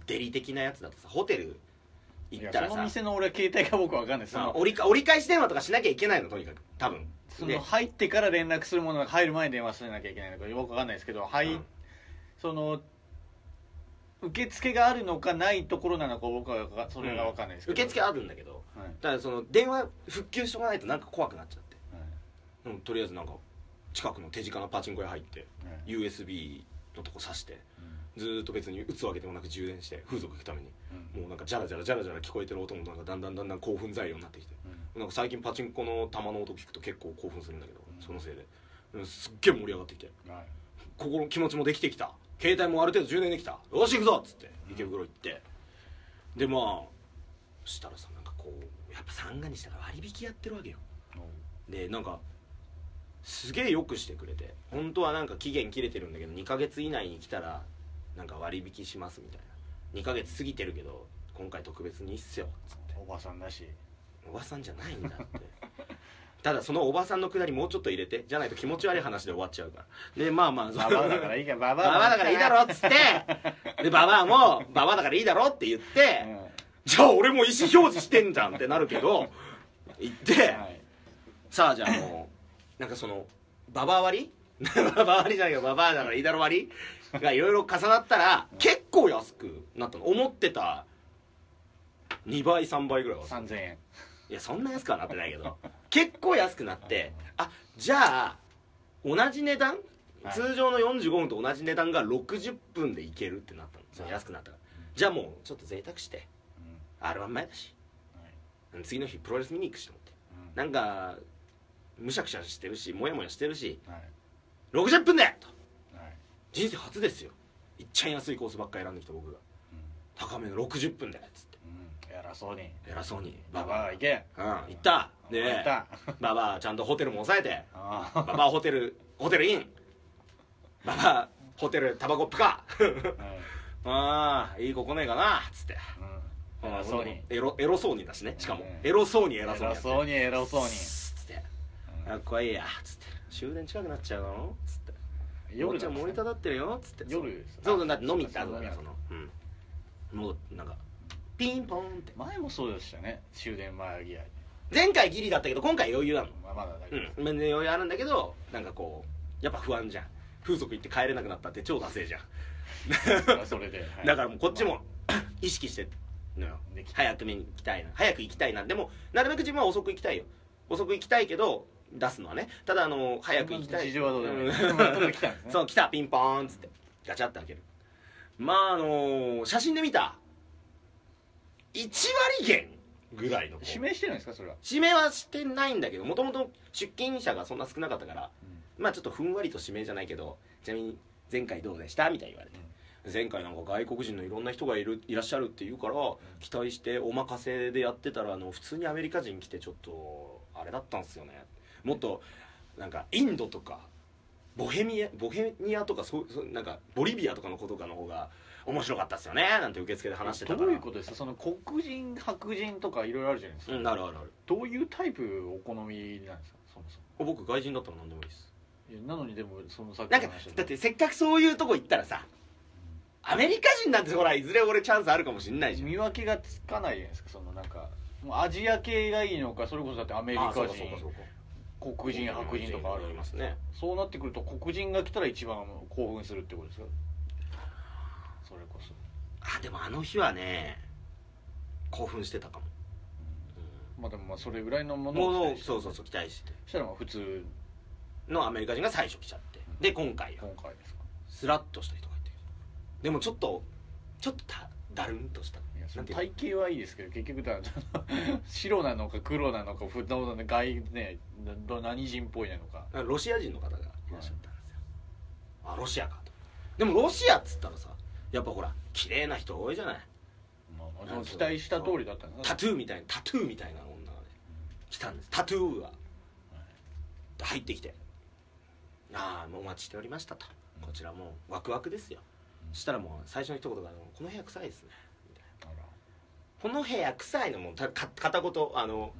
S2: デリ的なやつだとさホテル行ったら
S3: その
S2: さ
S3: 店の俺は携帯が僕わかんないそ
S2: まあ
S3: の
S2: 折りか折り返し電話とかしなきゃいけないのとにかく多分
S3: そ
S2: で
S3: の入ってから連絡するものが入る前に電話しなきゃいけないのかよくわかんないですけどはい、
S2: うん
S3: その受付があるのかないところなのか僕はわかそれがわかんないですけど、
S2: 受付あるんだけど
S3: はい、はい
S2: ただその電話復旧しとかないとなんか怖くなっちゃってでもとりあえずなんか近くの手近なパチンコ屋入って
S3: はい
S2: USB のとこ挿してずーっと別に打つわけでもなく充電して風俗行くために
S3: うん
S2: もうなんかジャラジャラジャラジャラ聞こえてる音もなんかだんだんだんだん興奮材料になってきて
S3: うん
S2: なんか最近パチンコの玉の音聞くと結構興奮するんだけどそのせいでうんすっげえ盛り上がってきて
S3: はい
S2: 心気持ちもできてきた携帯もある程度充電できたよし行くぞっつって池袋行ってでまあそしたらさなんかこうやっぱ三が日だから割引やってるわけよでなんかすげえよくしてくれて本当はなんか期限切れてるんだけど2ヶ月以内に来たらなんか割引しますみたいな2ヶ月過ぎてるけど今回特別にいいっすよっつって *laughs*
S3: おばさんだし *laughs*
S2: おばさんじゃないんだってただそのおばさんのくだりもうちょっと入れてじゃないと気持ち悪い話で終わっちゃうからでまあまあ
S3: ババアだからいいからバ
S2: *laughs* ババアだからいいだろっつってでババアもババアだからいいだろって言って、
S3: うん
S2: じゃあ俺も意思表示してんじゃんってなるけど行って、
S3: はい
S2: さあじゃあもうなんかそのババア割り *laughs* ババア割りじゃないけどババアだからいいだろ割りがいろいろ重なったら結構安くなったの思ってた2倍3倍ぐらいは
S3: 3000円
S2: いやそんな安くはなってないけど結構安くなってあじゃあ同じ値段、
S3: はい
S2: 通常の45分と同じ値段が60分でいけるってなったのその安くなったから、じゃあもうちょっと贅沢して
S3: うん
S2: R−1 前だし、次の日プロレス見に行くしと思って
S3: うん
S2: なんかむしゃくしゃしてるしもやもやしてるし
S3: はい
S2: 60分でと
S3: はい
S2: 人生初ですよいっちゃん安いコースばっか選んできた僕が高めの60分でっつって
S3: うん偉そうに
S2: 偉そうに
S3: ババアが行け
S2: うん行ったで
S3: 行った
S2: ババアちゃんとホテルも抑えて
S3: あ
S2: ババアホテルホテルインババアホテルタバコプカ
S3: ーはい
S2: ああいいここねえかなっつって
S3: うん偉そうに
S2: エロエロそうにだしねしかも
S3: うん
S2: エロそうに偉そうにや
S3: 偉
S2: って
S3: そうに偉そうに
S2: つって「
S3: う
S2: かっこいいや」つって「終電近くなっちゃうの?」つって「
S3: 夜
S2: 夜じゃ森田だってるよ」つって
S3: 夜ですね
S2: そうそうだって飲み行った
S3: そ
S2: 後
S3: うだ
S2: だ
S3: そ
S2: か
S3: うだ
S2: らそのうんもうなんかピンポーンって
S3: 前もそうでしたね終電前ギア
S2: 前回ギリだったけど今回余裕なの
S3: まあまだだけ
S2: う
S3: ど
S2: ん全然余裕あるんだけどなんかこうやっぱ不安じゃん風俗行って帰れなくなったって超ダセえじゃん
S3: それはそれではい
S2: だからもうこっちも *coughs* 意識してんのよ
S3: できた
S2: 早く見に行きたいな早く行きたいなでもなるべく自分は遅く行きたいよ遅く行きたいけど出すのはねただあの早く行きたい
S3: 事情はどうでもいい
S2: ん
S3: まあ
S2: *laughs*
S3: とりあえず来たんですね
S2: そう来たピンポーンっつってガチャって開けるまああのー写真で見た1割減ぐらいのこう
S3: 指名してるんですかそれは
S2: 指名はしてないんだけどもともと出勤者がそんな少なかったから、まあちょっとふんわりと指名じゃないけどちなみに前回どうでしたみたいに言われて、前回なんか外国人のいろんな人がいるいらっしゃるっていうから期待してお任せでやってたらあの普通にアメリカ人来てちょっとあれだったんですよねもっとなんかインドとかボヘミアボヘニアとかそうそうなんかボリビアとかの子とかの方が面白かったっすよねなんて受付で話してたか
S3: ど
S2: ら
S3: ういうことですかその黒人白人とかいろいろあるじゃないですか
S2: うんあるあるある
S3: どういうタイプお好みなんですかそもそも
S2: 僕外人だったら何でもいいです
S3: いやなのにでもそのさっき
S2: な
S3: の
S2: んか
S3: 話だ
S2: だってせっかくそういうとこ行ったらさアメリカ人なんてほらいずれ俺チャンスあるかもしんないじゃん
S3: 見分けがつかないじゃないですかそのなんかもうアジア系がいいのかそれこそだってアメリカ
S2: あそう
S3: 人
S2: かそうかそうか
S3: 黒人白人とかある
S2: りますね
S3: そうなってくると黒人が来たら一番興奮するってことですかそれこそ
S2: あでもあの日はね興奮してたかも
S3: まあでもまあそれぐらいのもの
S2: も
S3: を
S2: のを
S3: 期待して
S2: そうそうそう期待して
S3: したらまあ普通
S2: のアメリカ人が最初来ちゃってで今回
S3: 今回ですか
S2: スラッとした人がいてでもちょっとちょっとただるんとした
S3: いやそ
S2: な
S3: の
S2: んていうの
S3: 体型はいいですけど結局だ白なのか黒なのか普通の外ねど何人っぽいなのか
S2: なんかロシア人の方がいらっしゃったんですよ、あロシアかとでもロシアっつったらさやっぱほら綺麗な人多いじゃない
S3: まあまあでも期待した通りだったんです
S2: タトゥーみたいなタトゥーみたいな女がね来たんですタトゥーがで入ってきて「ああもうお待ちしておりました」と「こちらもうワクワクですよ」そしたらもう最初の一言があの「この部屋臭いですね」みたいなこの部屋臭いのもたか片言あの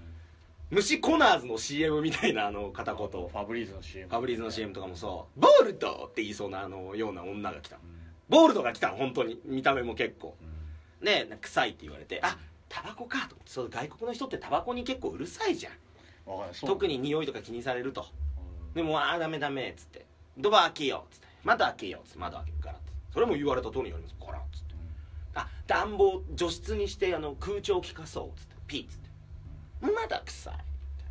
S2: 虫コナーズの CM みたいなあの片言
S3: ファブリーズの CM
S2: ファブリーズの CM とかもそう「ボールド!」って言いそうなあのような女が来たのボールドが来たの本当に見た目も結構ねなんか臭いって言われてあタバコかと思ってそう外国の人ってタバコに結構うるさいじゃん
S3: わかんないそう
S2: 特に匂いとか気にされるとでも「ああダメダメ」っつって「ドア開けよう」っつって「窓開けよう」っつって窓開けるからってそれも言われた通りにやりますからっつってあ暖房除湿にしてあの空調を効かそうっつってピッつってまだ臭いみ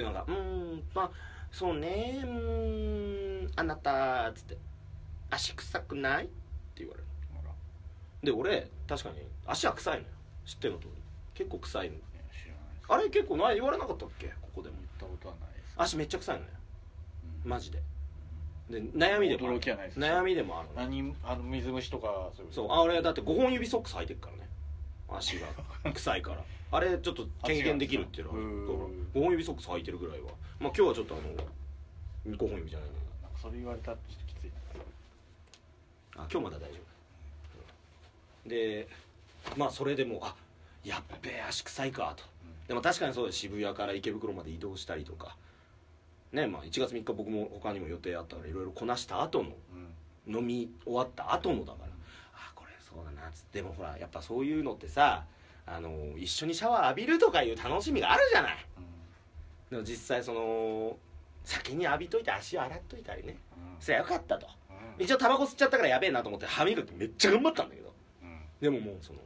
S2: たいなでなんか「うーんまあそうねうーんあなた」っつって「足臭くない?」って言われる
S3: あら
S2: で俺確かに足は臭いのよ知ってるの通り結構臭いの
S3: いや知らないです
S2: あれ結構ない言われなかったっけここでも
S3: 言ったことはないです
S2: 足めっちゃ臭いのよマジでで悩みでもある
S3: 驚きはないです
S2: 悩みでもあるの
S3: 何あの水虫とかそういう
S2: そうあれだって5本指ソックス履いてるからね足
S3: *laughs*
S2: が臭いからあれちょっと軽減できるっていうのは
S3: あ違うんですか
S2: そう5本指ソックス履いてるぐらいはまあ今日はちょっとあの5本指じゃないんだけど
S3: なんかそれ言われたらちょっときつい
S2: あ今日まだ大丈夫でまあそれでもうあやっべえ足臭いかと、でも確かにそうです渋谷から池袋まで移動したりとかねまあ1月3日僕も他にも予定あったからいろいろこなした後の
S3: うん
S2: 飲み終わった後のだからあこれそうだなっつってでもほらやっぱそういうのってさあの一緒にシャワー浴びるとかいう楽しみがあるじゃないでも実際その先に浴びといて足洗っといたりねそりゃよかったと
S3: う
S2: 一応タバコ吸っちゃったからやべえなと思って歯磨きめっちゃ頑張ったんだけど
S3: んうん
S2: でももうその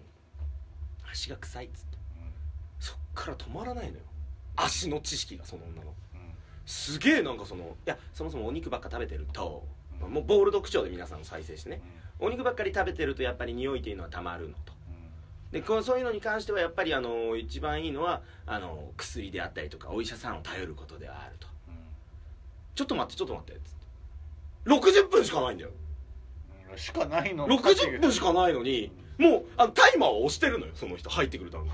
S2: 足が臭いっつってそっから止まらないのよ足の知識がその女のすげえなんかそのいやそもそもお肉ばっか食べてると、まあもうボールド口調で皆さん再生してねお肉ばっかり食べてるとやっぱり匂いっていうのはたまるのとでこうそういうのに関してはやっぱりあの一番いいのはあの薬であったりとかお医者さんを頼ることではあるとちょっと待ってちょっと待ってつって60分しかないんだよ
S3: うんしかないの
S2: 60分しかないのにもうあのタイマーを押してるのよその人入ってくるために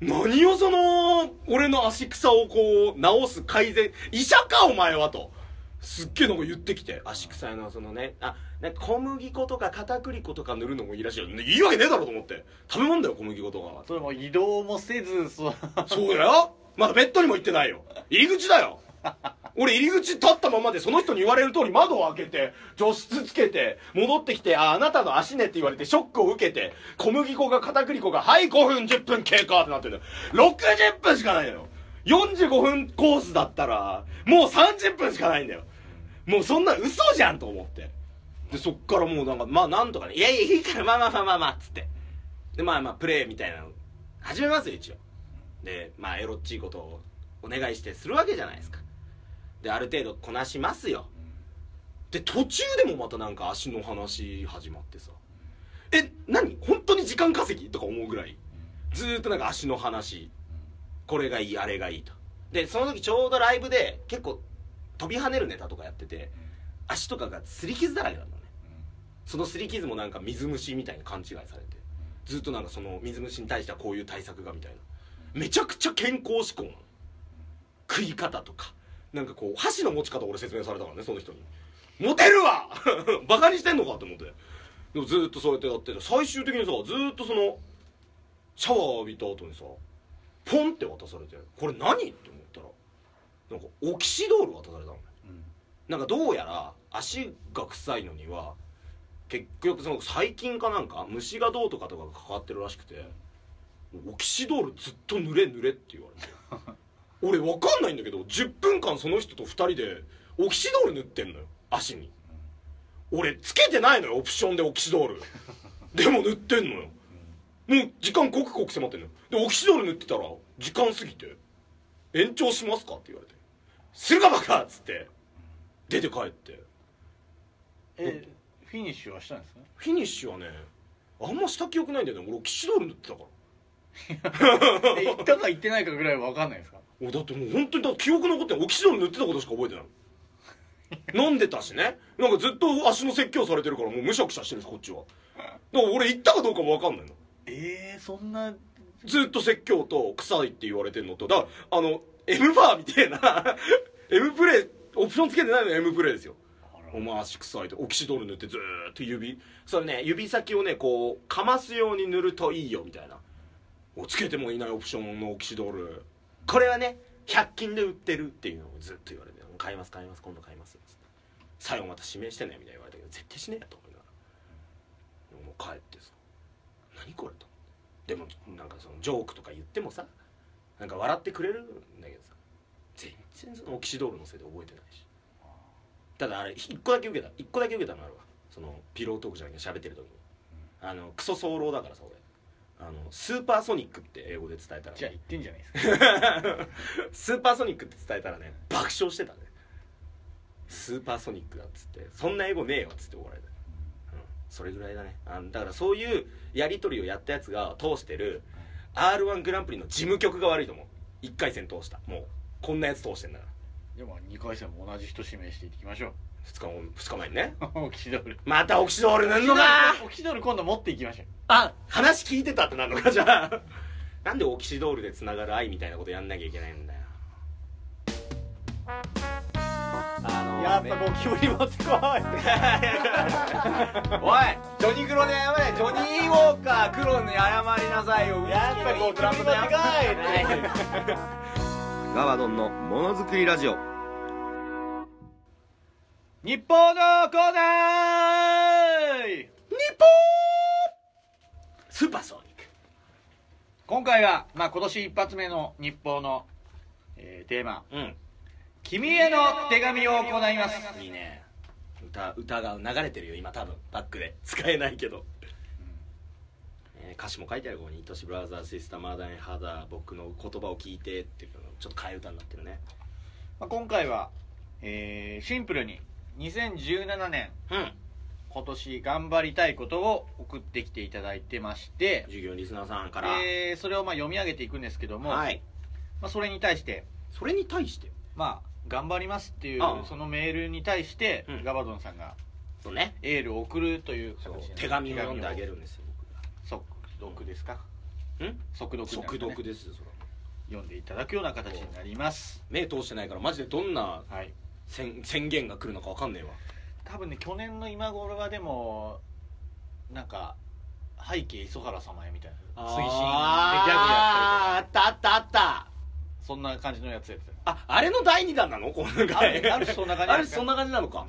S2: 何をその俺の足草をこう治す改善医者かお前はとすっげえなんか言ってきて足草のそのねあなんか小麦粉とか片栗粉とか塗るのもいいらしいよ、ね、いいわけねえだろと思って食べ物だよ小麦粉とか
S3: それも移動もせずそう
S2: そうだよまだベッドにも行ってないよ入り口だよ俺入り口立ったままでその人に言われる通り窓を開けて除湿つけて戻ってきてああなたの足ねって言われてショックを受けて小麦粉が片栗粉がはい5分10分経過ってなってる60分しかないのよ45分コースだったらもう30分しかないんだよもうそんな嘘じゃんと思ってでそっからもうなんかまあなんとかねいやいやいいからまあまあまあまあまあつってでまあまあプレイみたいなの始めますよ一応でまあエロっちいことをお願いしてするわけじゃないですかである程度こなしますよで途中でもまたなんか足の話始まってさえ何本当に時間稼ぎとか思うぐらいずーっとなんか足の話これがいいあれがいいとでその時ちょうどライブで結構飛び跳ねるネタとかやってて足とかが擦り傷だらけだったのねその擦り傷もなんか水虫みたいに勘違いされてずっとなんかその水虫に対してはこういう対策がみたいなめちゃくちゃ健康志向なの食い方とかなんかこう箸の持ち方俺説明されたからねその人に「モテるわ! 」 *laughs* バカにしてんのかと思ってでもずっとそうやってやってて最終的にさずっとそのシャワー浴びた後にさポンって渡されて「これ何?」って思ったらなんかオキシドール渡されたのねなんかどうやら足が臭いのには結局その細菌かなんか虫がどうとかとかが関わってるらしくてオキシドールずっと濡れ濡れって言われて俺わかんないんだけど10分間その人と2人でオキシドール塗ってんのよ足に俺つけてないのよオプションでオキシドールでも塗ってんのよもう時間刻々迫ってんのよでオキシドール塗ってたら時間過ぎて「延長しますか?」って言われて「するかバカ!」っつって出て帰って
S3: えフィニッシュはしたんです
S2: *laughs*
S3: ね
S2: フィニッシュはねあんました記憶ないんだよね俺オキシドール塗ってたから
S3: え行ったか行ってないかぐらいは分かんないですか
S2: 俺だってもう本当にだから記憶残ってないオキシドール塗ってたことしか覚えてない飲んでたしねなんかずっと足の説教されてるからもうむしゃくしゃしてるしこっちはだから俺行ったかどうかも分かんないの
S3: えー、そんな
S2: ずっと説教と臭いって言われてんのとだからあの M バーみたいな *laughs* M プレイオプションつけてないの M プレイですよお前足臭いとオキシドール塗ってずーっと指それね指先をねこうかますように塗るといいよみたいなおつけてもいないオプションのオキシドールこれはね100均で売ってるっていうのをずっと言われて「買います買います今度買います」最後また指名してねみたいな言われたけど絶対しねえやと思いながらでももう帰ってさ「何これ」とでもなんかそのジョークとか言ってもさなんか笑ってくれるんだけどさ全然そのオキシドールのせいで覚えてないしただあれ一個だけ受けた一個だけ受けたのあるわそのピロートークじゃなくて喋ってる時にあのクソ早漏だからさ俺あのスーパーソニックって英語で伝えたら
S3: じゃあ行ってんじゃないですか
S2: スーパーソニックって伝えたらね爆笑してたねスーパーソニックだっつってそんな英語ねえよっつって怒られた、うん、それぐらいだねあだからそういうやり取りをやったやつが通してる r 1グランプリの事務局が悪いと思う1回戦通したもうこんなやつ通してんだから
S3: でも2回戦も同じ人指名していってきましょ
S2: 2日後2日前にね
S3: う *laughs* オキシドール
S2: またオキシドール塗んのか
S3: オキシドール今度持っていきましょう
S2: あ話聞いてたってなるのかじゃあ *laughs* なんでオキシドールでつながる愛みたいなことやんなきゃいけないんだよ
S1: あの
S3: やった目標に持 *laughs* ってこ
S2: お
S3: い
S2: いジョニークロで謝れジョニーウォーカークロに謝りなさいよ
S3: やっぱこうクラブでやっ
S2: ガバドンのものづくりラジオ
S3: 日本のコーナー
S2: スーパーソニック
S3: 今回は、まあ、今年一発目の日報の、えーテーマ
S2: うん
S3: 「君への手紙」を行います
S2: いいね歌歌が流れてるよ今多分バックで *laughs* 使えないけど、えー歌詞も書いてあるここに「いとしブラザーシスターマーダンハーダー僕の言葉を聞いて」っていうのちょっと替え歌になってるね
S3: まあ、今回は、えーシンプルに2017年
S2: うん
S3: 今年頑張りたいことを送ってきていただいてまして、
S2: 授業リスナーさんから、
S3: えーそれをまあ読み上げていくんですけども、
S2: はい
S3: まあ、それに対して
S2: それに対して
S3: まあ頑張りますっていう
S2: ああ
S3: そのメールに対して、
S2: うん
S3: ガバドンさんが
S2: そうね
S3: エールを送るという
S2: そう
S3: 形で
S2: 手紙を読んであげるんですよ僕が
S3: 速読ですか
S2: ん
S3: 速読にな
S2: 速
S3: るんですね
S2: 読ですよそれは
S3: 読んでいただくような形になります
S2: 目通してないからマジでどんな
S3: はい
S2: 宣宣言が来るのかわかんねえわ
S3: 多分ね去年の今頃はでもなんか背景磯原様へみたいな推進でギャグ
S2: あーあ
S3: やってるとか
S2: ったあったあった
S3: そんな感じのやつやってた
S2: ああれの第2弾なのこの
S3: あ
S2: 回
S3: るあるそんな感じ
S2: あれそんな感じなのか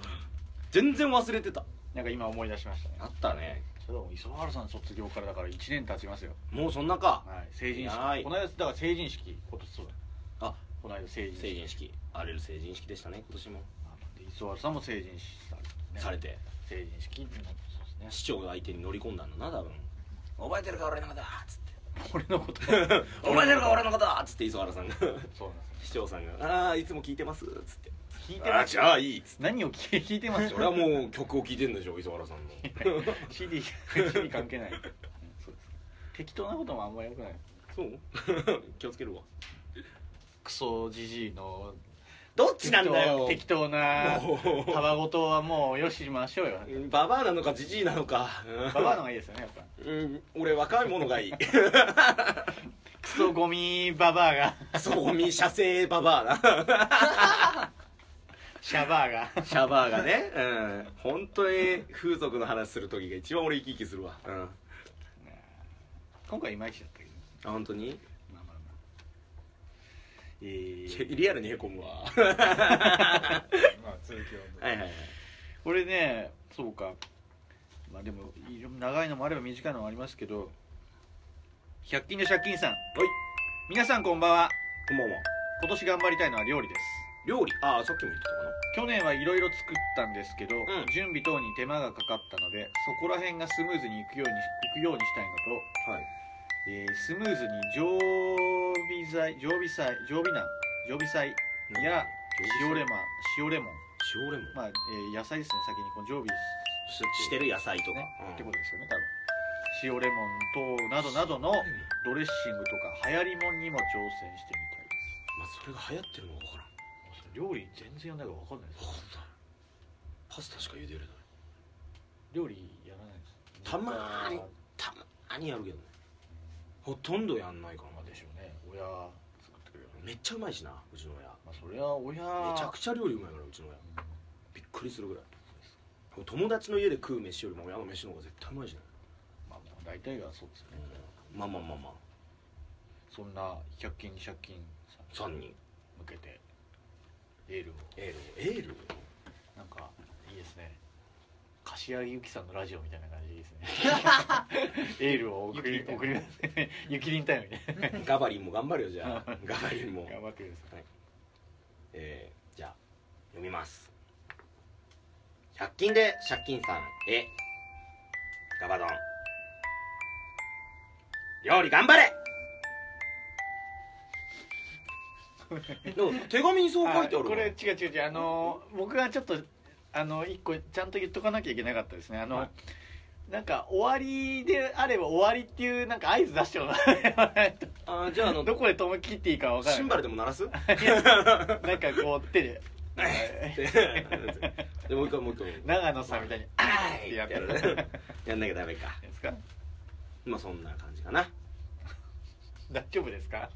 S2: 全然忘れてた
S3: なんか今思い出しましたね
S2: あったね
S3: それはもう磯原さん卒業からだから1年経ちますよ、
S2: もうそんなか
S3: はい、成人式
S2: はい
S3: この間だから成人式今年そうだ
S2: あ
S3: この間成人式
S2: 成人式荒れる成人式でしたね今年も
S3: で磯原さんも成人式され,、
S2: されて
S3: 成人式ってなってそうですね
S2: 市長が相手に乗り込んだんだな多分覚えてるか俺のことつって *laughs*
S3: 俺のこと
S2: 覚えてるか俺のことつって磯原さんが *laughs*
S3: そうなんですよ
S2: 市長さんが「ああーいつも聞いてます」つって
S3: 聞
S2: 「
S3: いて
S2: あ
S3: ま
S2: あ
S3: す
S2: じゃあいい」つって
S3: 何を聞い聞いてま
S2: *laughs*
S3: す
S2: それはもう曲を聴いてんでしょ磯原さん
S3: *laughs*
S2: の *laughs*
S3: CD, CD 関係ないうんそうです適当なこともあんまりよくない
S2: そう *laughs* 気をつけるわ
S3: クソじじいの
S2: どっちなんだよ
S3: 適当な
S2: もう
S3: たわごとはもうよしましょうよ
S2: うんババアなのかジジイなのかうん
S3: ババアの方がいいですよねやっぱ
S2: *laughs* うん俺若い者がい *laughs* い
S3: クソゴミババアが
S2: そうゴミ射精ババアな
S3: *laughs* シャバアが
S2: *laughs* シャバーがねうん本当に風俗の話する時が一番俺生き生きするわうんあ
S3: 今回いまいちだったけど
S2: 本当に
S3: まあまあまあえー、
S2: リアルにへこむわ
S4: まあ続きをどうぞ
S2: はいはいはい
S3: これねそうかまあでもいろ長いのもあれば短いのもありますけど100均で借金さん
S2: おい
S3: 皆さんこんばんは
S2: こんばんは
S3: 今年頑張りたいのは料理です
S2: 料理ああさっきも言ってたかな
S3: 去年はいろいろ作ったんですけど、
S2: ん
S3: 準備等に手間がかかったのでそこら辺がスムーズにいくようにいくようにしたいのと、
S2: はい
S3: えースムーズに常備剤常備剤常備なん常備剤いや塩レ
S2: ン
S3: モン塩レモン
S2: 塩レモン
S3: まあ、えー野菜ですね先にこの常備
S2: ししてる野菜とか
S3: ね、
S2: うん
S3: ってことですよね多分塩レモン等などなどのドレッシングとか流行りもんにも挑戦してみ
S2: まあ
S3: たいです
S2: それが流行ってるのかわからん
S3: 料理全然やんないから分かんないで
S2: わかんないパスタしか茹でれない
S3: 料理やらないです
S2: たまーにたまーにやるけどねほとんどやんないか
S3: ま
S2: な
S3: あでしょうね親作ってくれる
S2: めっちゃうまいしなうちの親
S3: まあそれは親
S2: めちゃくちゃ料理うまいからうちの親びっくりするぐらい友達の家で食う飯よりも親の飯の方が絶対うまいしな
S3: まあまあ大体がそうですよね
S2: まあまあまあまあ
S3: そんな100均借金さん
S2: 3
S3: に
S2: 人
S3: 向けてエールを
S2: エールエール
S3: なんかいいですね柏木由紀さんのラジオみたいな感じでい
S2: *laughs*
S3: いですねエールを送り送りますねゆきりんタイムみたいな
S2: *laughs* ガバリンも頑張るよじ *laughs* ゃあガバリンも
S3: 頑張ってください
S2: えーじゃあ読みます100均で借金さんへガバドン料理頑張
S3: *laughs*
S2: れ手紙にそう書いてある
S3: これ違う違う違うあの僕がちょっとあの一個ちゃんと言っとかなきゃいけなかったですねあの、
S2: はい
S3: なんか終わりであれば終わりっていうなんか合図出してもらわないと
S2: あーじゃああの
S3: どこで止め切っていいか分から
S2: シン
S3: な
S2: バルでも鳴
S3: *laughs*
S2: らす
S3: いなんかこう手で
S2: でもう一回もう一回
S3: 長野さんみたいに「あ
S2: は
S3: ー
S2: い
S3: ってや
S2: や
S3: ってる
S2: る
S3: じゃない
S2: ねやんなきゃダメか
S3: ですか
S2: まあそんな感じかな
S3: 大丈夫ですか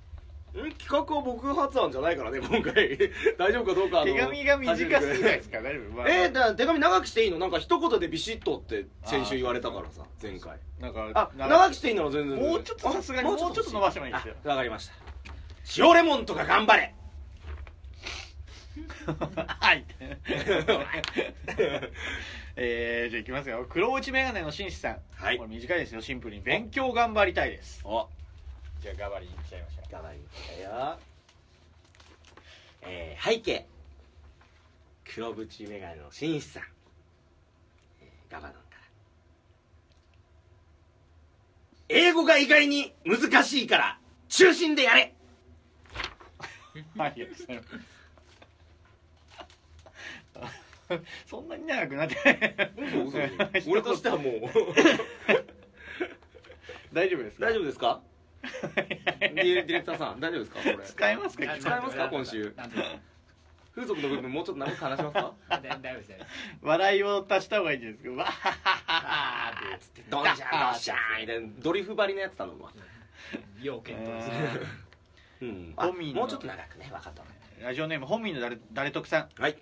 S2: ん企画は僕発案じゃないからね今回 *laughs* 大丈夫かどうかあの
S3: 手紙が短すぎない
S2: え
S3: ですか大丈夫、まあ
S2: ー、だから手紙長くしていいのなんか一言でビシッとって先週言われたからさ前回
S3: なんか
S2: あ
S3: なん
S2: 長くしていいなら全然
S3: もうちょっとさすがにもうちょっと伸ばしてもいいですよ
S2: あわかりました塩レモンとか頑張れ
S3: はい。えー、じゃあいきますよ。黒内メガネの紳士さん。
S2: はい
S3: これ短いですよ、シンプルに。勉強頑張りたいです。
S2: お
S3: じゃあ、頑張りに来ちゃいましょう。
S2: 頑張りましたよ
S5: えー背景
S2: 黒縁メガネの紳士さん
S5: ガバドンから英語が意外に難しいから中心でやれ
S3: はい、ありがとうございます。そんなに長くなってない。 *laughs*
S2: 俺としてはもう
S3: 大丈夫ですか
S2: 大丈夫です *laughs* かディレディレクターさん大丈夫ですかこれ
S3: 使えますか
S2: 使えますか今週
S4: なんで
S2: 風俗の部分もうちょっと長く話しますか
S4: 大丈夫ですよ
S3: 笑いを足した方がいいんじゃないですか。わはははは。
S2: つってドンシャンドンシャンみたいなドリフ張りのやつ頼むわ
S4: 要件とす
S2: うん
S3: あ本民の
S2: もうちょっと長くね分かった
S3: ラジオネーム、本民の誰誰得さん。
S2: はい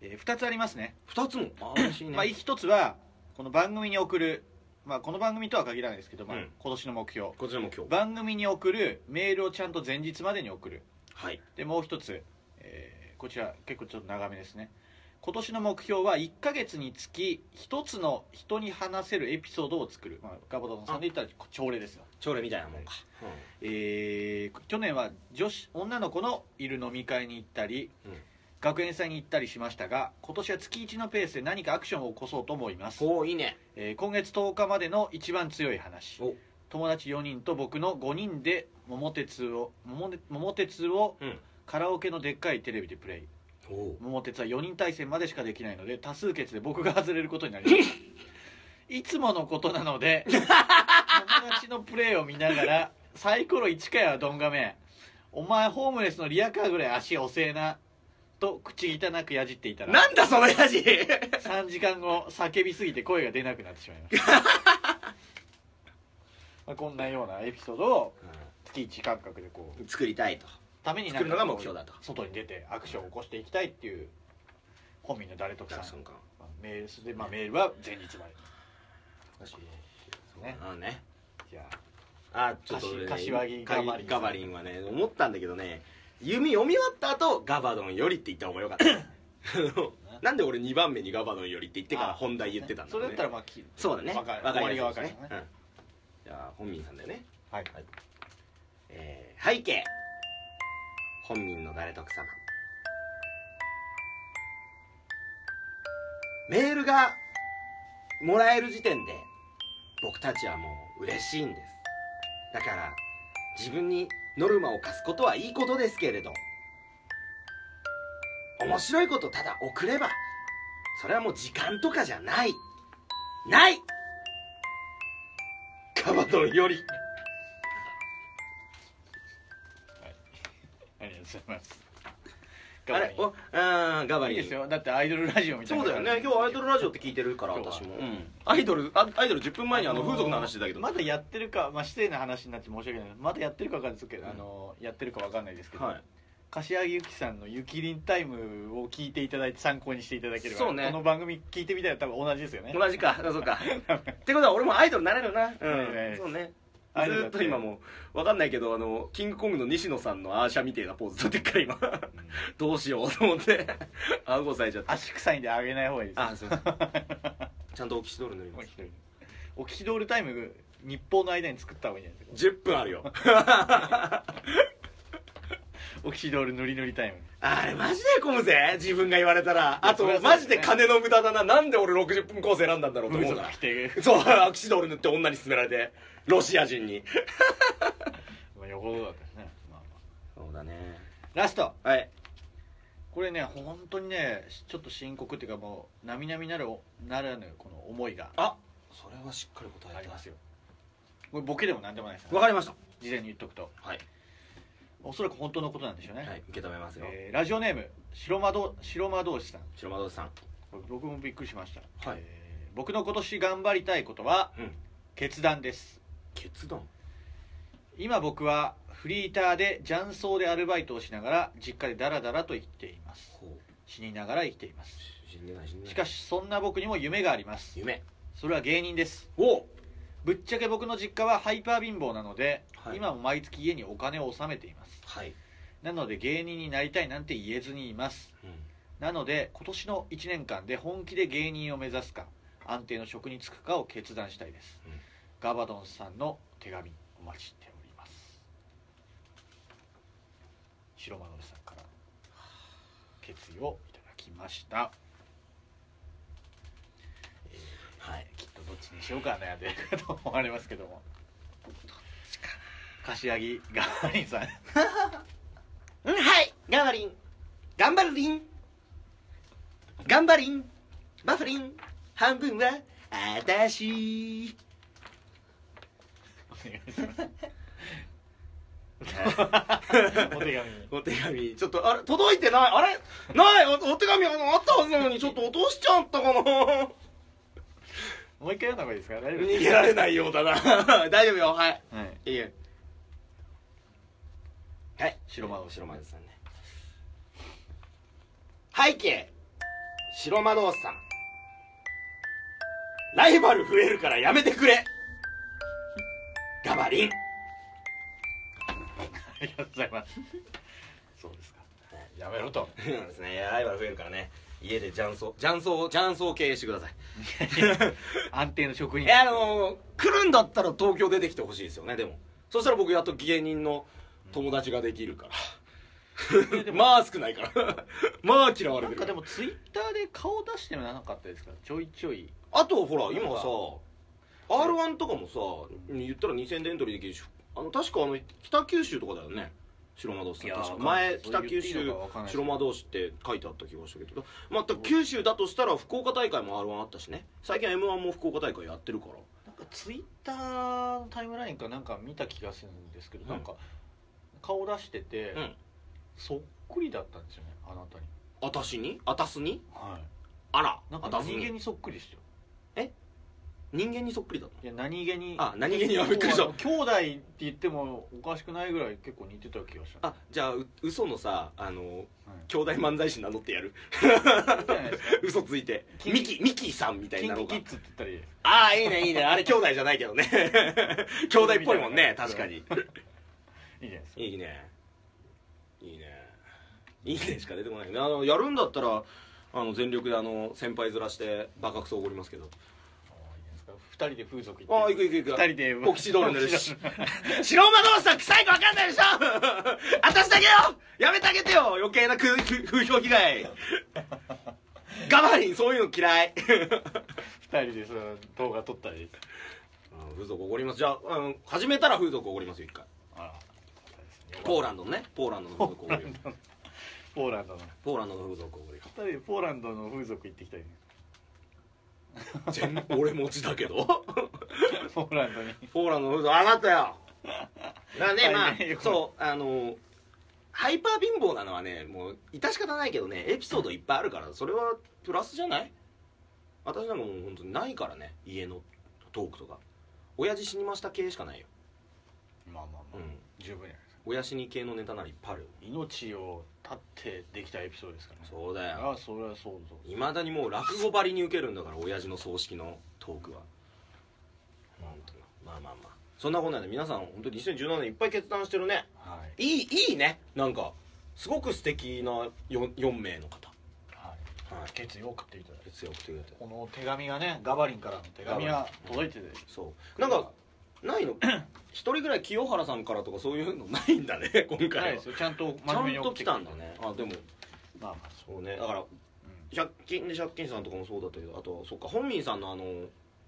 S3: えー、2つありますね。
S2: 2つもあ嬉しいね、
S3: まあ、一つはこの番組に送る、まあ、この番組とは限らないですけど、まあ
S2: うん
S3: 今年の目標
S2: こちらも今日
S3: 番組に送るメールをちゃんと前日までに送る
S2: はい
S3: でもう一つ、えーこちら結構ちょっと長めですね今年の目標は1ヶ月につき一つの人に話せるエピソードを作る、まあ、ガボドンさんで言ったら朝礼ですよ、
S2: 朝礼みたいなもんか、
S3: えー去年は女子女の子のいる飲み会に行ったり、
S2: うん
S3: 学園祭に行ったりしましたが今年は月1のペースで何かアクションを起こそうと思います
S2: おおいいね
S3: えー今月10日までの一番強い話
S2: お
S3: 友達4人と僕の5人で桃鉄を桃ね桃鉄を
S2: うん
S3: カラオケのでっかいテレビでプレイ
S2: おお
S3: 桃鉄は4人対戦までしかできないので多数決で僕が外れることになりましたいつものことなので友達のプレイを見ながらサイコロ1かよドンガメお前ホームレスのリアカーぐらい足遅えなと口汚くやじっていたら
S2: なんだそのやじ
S3: 3時間後叫びすぎて声が出なくなってしまいました
S2: *laughs*
S3: まあこんなようなエピソードを月1感覚でこう
S2: 作りたいと
S3: ためになん
S2: 作るのが
S3: かこう
S2: 目標だと
S3: 外に出てアクションを起こしていきたいっていう本民の誰とか
S2: ジャク
S3: さ
S2: ソ
S3: ん
S2: ン感
S3: まあメールすで、まあ、メールは前日までね
S2: あね
S3: じゃあ
S2: あちょっと俺ね
S3: かし柏木
S2: か
S3: ガバリンさ
S2: ガ
S3: ん
S2: バリンはね思ったんだけどね弓読み終わった後ガバドンよりって言った方がよ
S3: *laughs*
S2: かったあのなんで俺2番目にガバドンよりって言ってから
S3: あ
S2: 本題言ってたんだ
S3: そ
S2: ろう
S3: れ
S2: ね
S3: だったらまあき
S2: そうだね
S3: わかる
S2: わ
S3: 終わりがわかる
S2: やすいですう
S3: ね
S2: んじゃあ本民さんだよね
S3: はい
S2: えー背景本人の誰得様メールがもらえる時点で僕たちはもう嬉しいんですだから自分にノルマを課すことはいいことですけれど面白いことただ送ればそれはもう時間とかじゃないないカバトンより
S3: ありがとうございます
S2: あれおうんガバ
S3: いい
S2: リン
S3: ですよだってアイドルラジオみたい
S2: そ
S3: な
S2: うだよね今日アイドルラジオって聞いてるから
S3: 今日は
S2: 私も、アイドルあアイドル10分前にあの風俗の話してたけど、
S3: まだやってるか、まあ、失礼な話になって申し訳ないまだやってるか分かんないですけど、あのやってるか分かんないですけど、
S2: はい
S3: 柏木由紀さんの「ゆきりんタイム」を聞いていただいて参考にしていただければ
S2: そうね
S3: この番組聞いてみたら多分同じですよね
S2: 同じ *laughs* かそうかってことは俺もアイドルになれるなうん、
S3: はいはい
S2: そうねず
S3: アイドル
S2: ー
S3: だ
S2: ってと今もうわかんないけどあのキングコングの西野さんのアーシャみてえなポーズ取ってっから今どうしようと思って顎さえちゃった
S3: 足臭いんであげない方がいいです
S2: あすいません
S3: *laughs*
S2: ちゃんとオキシドール塗ります
S3: お聞きドールタイム日報の間に作った方がいいんじゃないです
S2: 10分あるよ
S3: かオキシドール塗り塗りタイム
S2: あれマジで混むぜ自分が言われたら
S3: いや
S2: あと
S3: そりゃそうだ
S2: マ
S3: よね
S2: ジで金の無駄だななんで俺60分コース選んだんだろうと
S3: *laughs* 風
S2: 思うか
S3: 俗
S2: ら
S3: 着
S2: *laughs*
S3: て *laughs*
S2: そう、アクシドール塗って女に勧められて、ロシア人に。
S3: まあよほどだったですね、まあま
S2: そうだね。
S3: あラスト
S2: はい。
S3: これね本当にねちょっと深刻っていうかもう並々なるならぬこの思いが
S2: あそれはしっかり答え
S3: ありますよこれボケでも何でもないです、
S2: わかりました。
S3: 事前に言っとくと
S2: はい。
S3: おそらく本当のことなんでしょうね、
S2: はい、受け止めますよ。
S3: えーラジオネーム白魔道白魔道士さん
S2: 白窓さん。
S3: これ僕もびっくりしました、
S2: はい
S3: えー僕の今年頑張りたいことは
S2: うん。
S3: 決断です
S2: 決断。
S3: 今僕はフリーターで雀荘でアルバイトをしながら実家でダラダラと生きています
S2: ほ
S3: 死にながら生きています
S2: う死んでない死んでない
S3: しか
S2: し
S3: しそんな僕にも夢があります
S2: 夢
S3: それは芸人です
S2: おう
S3: ぶっちゃけ僕の実家はハイパー貧乏なので、
S2: はい
S3: 今も毎月家にお金を納めています
S2: はい、
S3: なので芸人になりたいなんて言えずにいますなので今年の1年間で本気で芸人を目指すか安定の職に就くかを決断したいです、
S2: うん
S3: ガバドンさんの手紙お待ちしております白間のりさんから決意をいただきました
S2: はい
S3: きっとどっちにしようか悩んでるかと思われますけども柏木ガバリンさん
S2: うんはい頑張りん頑張るりん頑張りんバフリン半分はあたし
S3: お願いしますお
S2: お
S3: 手紙
S2: 手紙ちょっとあれ届いてないあれないおお手紙あのあったはずなのにちょっと落としちゃったかな
S3: もう一回読んだ方がいいですか大丈夫で
S2: 逃
S3: す
S2: げられないようだな *laughs* 大丈夫よはい
S3: か、はい、
S2: いいよはい
S3: 白魔道
S2: 白魔道さんね背景白魔道さんライバル増えるからやめてくれガバリン
S3: ありがとうございますそうですかやめろと
S2: そうなんですねライバル増えるからね家で雀荘雀荘雀荘を経営してください
S3: 安定の職員
S2: えあの来るんだったら東京出てきてほしいですよねでもそしたら僕やっと芸人の友達ができるからまあ少ないから *laughs* まあ嫌われて
S3: なん
S2: る
S3: かでもツイッターで顔出してもなかったですからちょいちょい
S2: あとほら今さ r 1とかもさ言ったら2000でエントリーできるしあの確かあの北九州とかだよね白魔道士
S3: いや
S2: 確か
S3: わかんない
S2: 前北九
S3: そう言っていい
S2: 州
S3: のかわかんないです
S2: 白魔道士って書いてあった気がしたけどまた九州だとしたら福岡大会も r 1あったしね最近 m 1も福岡大会やってるから
S3: なんかツイッターのタイムラインかなんか見た気がするんですけど、
S2: うん
S3: なんか顔出してて、
S2: うん
S3: そっくりだったんですよねあなたに
S2: 私にあたすに
S3: はい
S2: あら
S3: なん
S2: あ
S3: か
S2: たす
S3: 何気
S2: に
S3: にそっくりですよ
S2: 人間にそっくりだと
S3: いや何気に
S2: あ何気にはびっくりした
S3: 結構あの *laughs* 兄弟って言ってもおかしくないぐらい結構似てた気
S2: *laughs*
S3: がした
S2: あじゃあう嘘のさあの
S3: はい
S2: 兄弟漫才師名乗ってやる
S3: いいじゃないですか
S2: 嘘ついて
S3: キン
S2: ミキミキさんみたい
S3: キン
S2: な
S3: キ
S2: の
S3: キ
S2: が
S3: ッズって言ったらいいです
S2: ああいいねいいねあれ兄弟じゃないけ *laughs* どね兄弟っぽいもんね確かに
S3: いいじゃないですか
S2: いいねいいねいいねしか出てこないあのやるんだったらあの全力であの先輩ずらしてバカクソおごりますけど
S3: あいいじゃないですか二人で風俗行って
S2: ああ行く行く行く
S3: 二人で
S2: オキシドール塗る *laughs* し白馬道士さん臭いか分かんないでしょ私だけよやめてあげてよ余計なくく風評被害ガバリンそういうの嫌 *laughs* い
S3: 二人でその動画撮ったり
S2: あの風俗おごりますじゃああの始めたら風俗おごりますよ一回
S3: あらそうですね
S2: ポーランドのねポーランドの風俗おごり
S3: ポーランドの
S2: ポーランドの風俗おごり
S3: 二人でポーランドの風俗行ってきたりね
S2: 全部俺持ちだけど
S3: ポーランドに
S2: ポーランドの風俗あなたよだからねまあ
S3: はいね
S2: そうあのハイパー貧乏なのはねもう致し方ないけどねエピソードいっぱいあるからそれはプラスじゃない私なんかもう本当にないからね家のトークとか親父死にました系しかないよ、
S3: まあまあ
S2: う
S3: まあ、
S2: ん、
S3: 十分じゃないですか
S2: 親死に系のネタならいっぱいあるよ
S3: 命を絶ってできたエピソードですからね
S2: そうだよ
S3: ああそれはそうそう
S2: いまだにもう落語ばりに受けるんだから親父の葬式のトークは本当にまあまあまあそんなことないで皆さん本当に2017年いっぱい決断してるね
S3: はい、
S2: いいいいねなんかすごく素敵な 4, 4名の方
S3: はい
S2: はい
S3: 決意を送っていただいて
S2: 強くてくれて
S3: この手紙がねガバリンからの手紙が届いてて
S2: そうなんかない
S3: *coughs*
S2: の一人ぐらい清原さんからとかそういうのないんだね今
S3: ない
S2: 回
S3: で
S2: は
S3: すよちゃんと
S2: ちゃ
S3: 真面目
S2: ん
S3: に
S2: と
S3: 送って
S2: 来
S3: くれ
S2: たんだねあでも
S3: まあまあそ
S2: そうねだから
S3: う、うん
S2: 借金で借金さんとかもそうだったけどあとはそっか本民さんのあの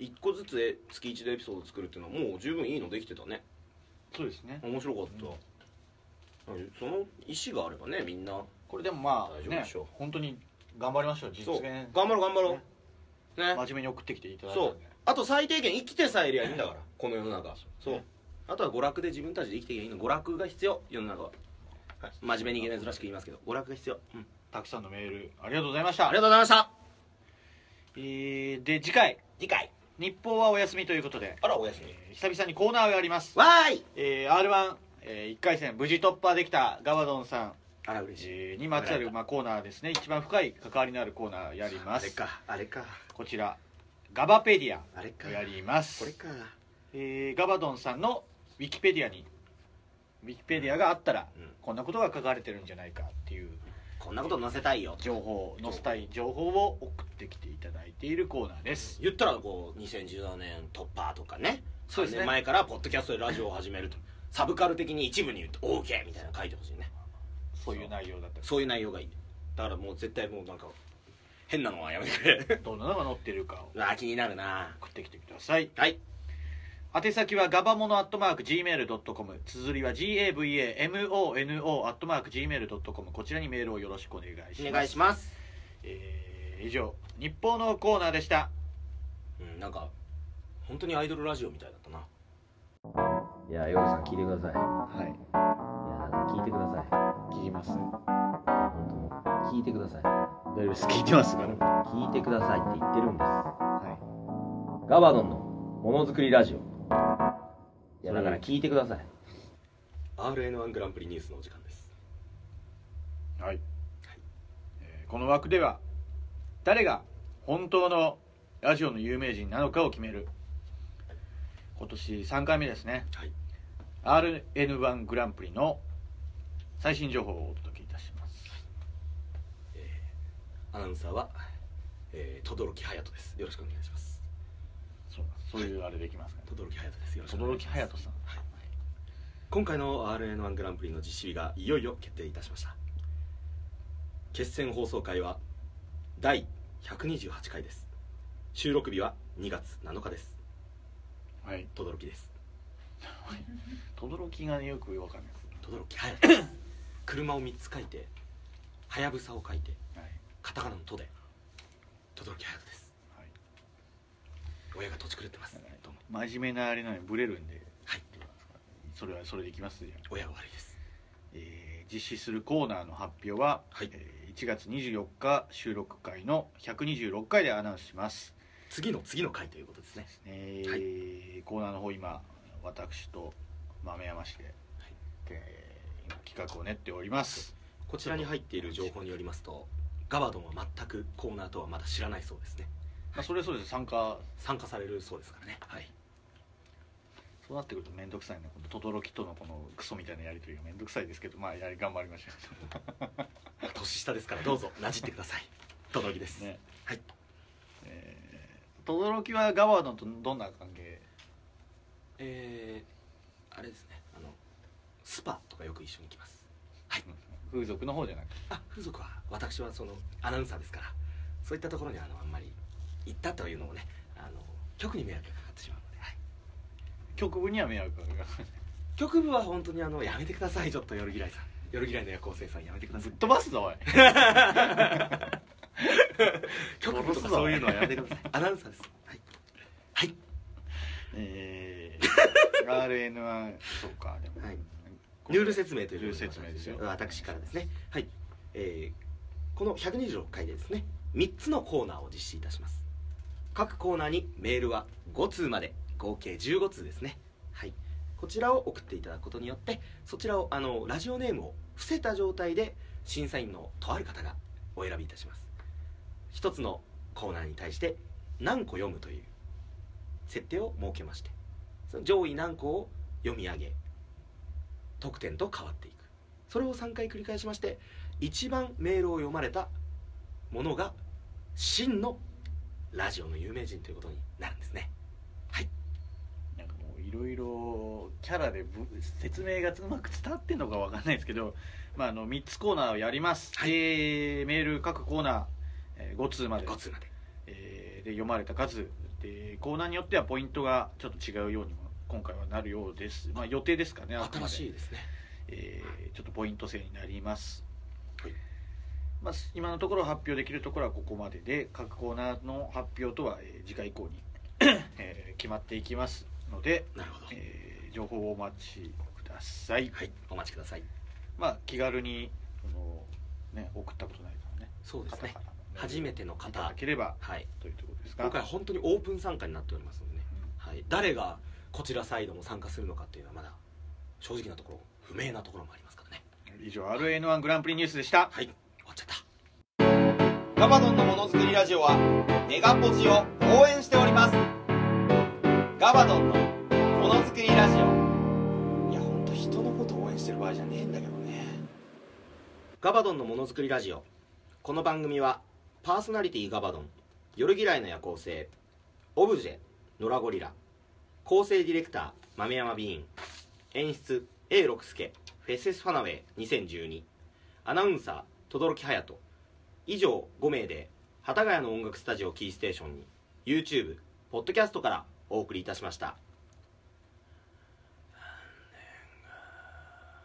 S2: 1個ずつえ月1でエピソード作るっていうのはもう十分いいのできてたね
S3: そうですね
S2: 面白かった、その意思があればねみんな
S3: これでもま
S2: 大
S3: あ
S2: 丈夫
S3: ね
S2: でしょう
S3: 本当に頑張りましょう実
S2: そう
S3: 現
S2: 頑張ろう頑張ろうね
S3: 真面目に送ってきていただいた
S2: そうん
S3: で
S2: あと最低限生きてさえいりゃいいんだからこの世の中そう
S3: ね
S2: あとは娯楽で自分たちで生きていけばいいの娯楽が必要世の中は、はい、真面目に言えないらしく言いますけど娯楽が必要、うん、
S3: たくさんのメールありがとうございまし
S2: あ
S3: た
S2: りがとうございました
S3: えーで次回
S2: 次回
S3: 日報はお休みということで
S2: あらおやすみ
S3: えー久々にコーナーをやります
S2: わーい
S3: えー、r 1、ええー、1回戦無事突破できたガバドンさん
S2: あら嬉しい
S3: えーにまつわるまあコーナーですね一番深い関わりのあるコーナーやりま
S2: あれ
S3: す
S2: かあれか
S3: こちらガバペディア
S2: あれか
S3: をやります
S2: これか
S3: えーガバドンさんのウィキペディアにウィキペディアがあったら、
S2: うん
S3: こんなことが書かれてるんじゃないかっていう
S2: こんなこと載せたいよ
S3: 情報載せたい情報を送ってきていただいているコーナーです
S2: 言ったらこう2017年突破とかね
S3: そうですね
S2: 3年前からポッドキャストでラジオを始めるとサブカル的に一部に言うと OK みたいなの書いてほしいね
S3: そういう内容だったり
S2: そういう内容がいいだからもう絶対もうなんか変なのはやめてく *laughs* れ
S3: どんなのが載ってるかを
S2: うわ気になるな
S3: 送ってきてください
S2: はい
S3: 宛先はガバモノアットマーク Gmail.com 綴りは GAVAMONO アットマーク Gmail.com こちらにメールをよろしくお願いします
S2: お願いします、
S3: えー以上日報のコーナーでした
S2: うん、なんか本当にアイドルラジオみたいだったない
S6: や、ヨルさん聞いてください。いや、
S3: はい
S6: なんか聞いてください。
S3: 聞きます
S6: 本当もう聞いてください。
S3: 大丈夫です聞いてますから
S6: 聞いてくださいって言ってるんです。
S3: はい
S6: ガバドンのものづくりラジオ。いや、だから聞いてください。
S2: RN1 グランプリニュースのお時間です
S3: はい、えーこの枠では誰が本当のラジオの有名人なのかを決める今年3回目ですね、
S2: はい
S3: RN1 グランプリの最新情報をお届けいたします
S2: アナウンサーは、えー、轟隼人ですよろしくお願いします
S3: そうそういうあれできますかね
S2: 轟隼人ですよろしくお願
S3: 轟
S2: いします
S3: 隼人さん
S2: はい今回の RN1 グランプリの実施日がいよいよ決定いたしました決戦放送会は第128回です収録日は2月7日です
S3: はい
S2: 轟です
S3: 轟がねよくわかんないです
S2: 轟隼人です *coughs* 車を3つ書いてはやぶさを書いて
S3: はい
S2: カタカナの「と」で轟隼人です、
S3: はい
S2: 親が土地狂ってますどうも
S3: 真面目なあれなのにブレるんで
S2: はい
S3: それはそれでいきますじゃあ
S2: 親が悪いです
S3: えー実施するコーナーの発表は、
S2: はい
S3: えー1月24日収録会の126回でアナウンスします、
S2: 次の次の回ということですね
S3: えーコーナーの方今私と豆山市で、えー今企画を練っております
S2: こちらに入っている情報によりますとガバドンは全くコーナーとはまだ知らないそうですね
S3: まあ、それはそうです参加
S2: 参加されるそうですからねはい
S3: そうなってくると面倒くさいねこの轟とのこのクソみたいなやり取りが面倒くさいですけどまあやり頑張りましょ
S2: 年下ですからどうぞなじってください
S3: *laughs*
S2: 轟です、
S3: う
S2: *laughs*
S3: ね
S2: はい
S3: えー轟はガワードンとどんな関係
S2: えー、あれですねあのスパとかよく一緒に行きます
S3: 風俗の方じゃなくて
S2: あ風俗は私はそのアナウンサーですからそういったところにあのあんまり行ったというのもねあの局に迷惑がかかってしまうので、はい、
S3: 局部には迷惑がかかる
S2: 局部は本当にあのやめてくださいちょっと夜嫌いさん夜嫌いの夜行性さんやめてくださ
S3: ぶ
S2: い
S3: っ飛ばすぞお
S2: *laughs*
S3: い
S2: 局部とかそういうのはやめてくださ *laughs* いアナウンサーですはいはい
S3: えー、RN1 *laughs* そうかでも、
S2: はい
S3: これ
S2: ルール説明という
S3: ルール説明ですよ
S2: 私からですねはい、えーこの126回でですね3つのコーナーを実施いたします各コーナーにメールは5通まで合計15通ですねはいこちらを送っていただくことによってそちらをあのラジオネームを伏せた状態で審査員のとある方がお選びいたします一つのコーナーに対して何個読むという設定を設けましてその上位何個を読み上げ得点と変わっていくそれを3回繰り返しまして一番メールを読まれたものが真のラジオの有名人ということになるんですね
S3: なんかもういろいろキャラでぶ説明がうまく伝わってんのかわかんないですけど、まあ、あの3つコーナーをやります、
S2: はい
S3: えーメール各コーナー、えー5通まで
S2: 5通まで
S3: えーで読まれた数でコーナーによってはポイントがちょっと違うようにも今回はなるようです、まあ、予定ですかねあくま
S2: 新し
S3: で
S2: いですね
S3: えーちょっとポイント制になります、
S2: はい
S3: まあ、す今のところ発表できるところはここまでで各コーナーの発表とは、えー次回以降に、えー決まっていきますので、
S2: なるほど
S3: えー情報をお待ちください、
S2: はいお待ちください
S3: まあ気軽にその、ね、送ったことないからね
S2: そうですね
S3: 方々の
S2: 初めての
S3: い
S2: 方
S3: ただければ
S2: はい
S3: というところですが
S2: 今回は本当にオープン参加になっておりますのでね、はい、誰がこちらサイドも参加するのかっていうのはまだ正直なところ不明なところもありますからね
S3: 以上 RN1 グランプリニュースでした
S2: はい終わっちゃった
S7: ガバドンのものづくりラジオはネガポジを応援しておりますガバドンのものづくりラジオ
S2: いや本当人のこと応援してる場合じゃねえんだけどねガバドンのものづくりラジオこの番組はパーソナリティガバドン夜嫌いの夜行性オブジェノラゴリラ構成ディレクター豆山ビーン演出 A 六輔フェセスファナウェイ2012アナウンサー轟隼人以上5名で幡ヶ谷の音楽スタジオキーステーションに YouTube ポッドキャストからお送りいたしました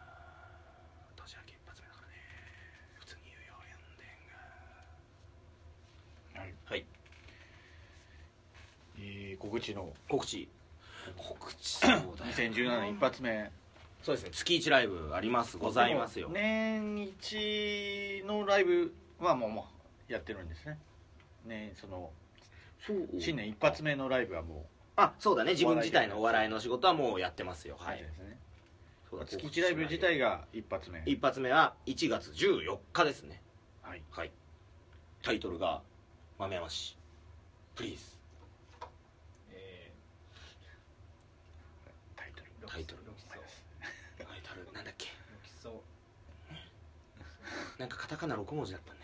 S2: 年明け一発目だからね普通に言うよエンディングはい、
S3: えー小口の
S2: 告知告知そうだよ
S3: 2017一発目
S2: そうですね月一ライブありますございますよ、
S3: 年一のライブはもうもうやってるんですねねその新年一発目のライブはも
S2: あそうだね自分自体のお笑いの仕事はもうやってますよ
S3: う
S2: は
S3: や
S2: い
S3: ってるんですね
S2: そうだ
S3: 月一ライブ自体が一発目
S2: 一発目は1月14日ですね
S3: はい
S2: はいタイトルが「豆山氏プリーズ
S4: え
S3: タイトル
S4: ー
S2: タイトル
S4: ロキソ
S2: タイトルなんだっけ
S4: ロキソ
S2: なんかカタカナ6文字だったね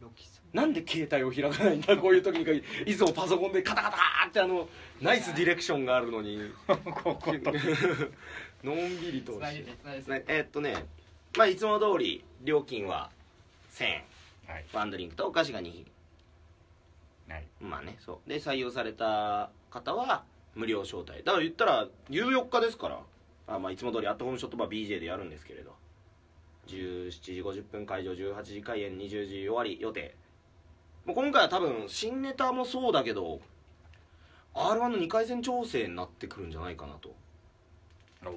S4: ロキソ
S2: なんで携帯を開かないんだこういう時に限りいつもパソコンでカタカタってあのナイスディレクションがあるのに *laughs*
S3: ここ
S2: のんびりと
S4: つないでてつないでて
S2: ねえーっとねまあいつも通り料金は1000円
S3: はい
S2: ワンドリンクとお菓子が2品
S3: はい
S2: まあねそうで採用された方は無料招待だから言ったら14日ですからあ、まあ、いつも通りアットホームショットバー BJ でやるんですけれど17時50分会場18時開演20時終わり予定もう今回は多分新ネタもそうだけど r 1の2回戦調整になってくるんじゃないかなと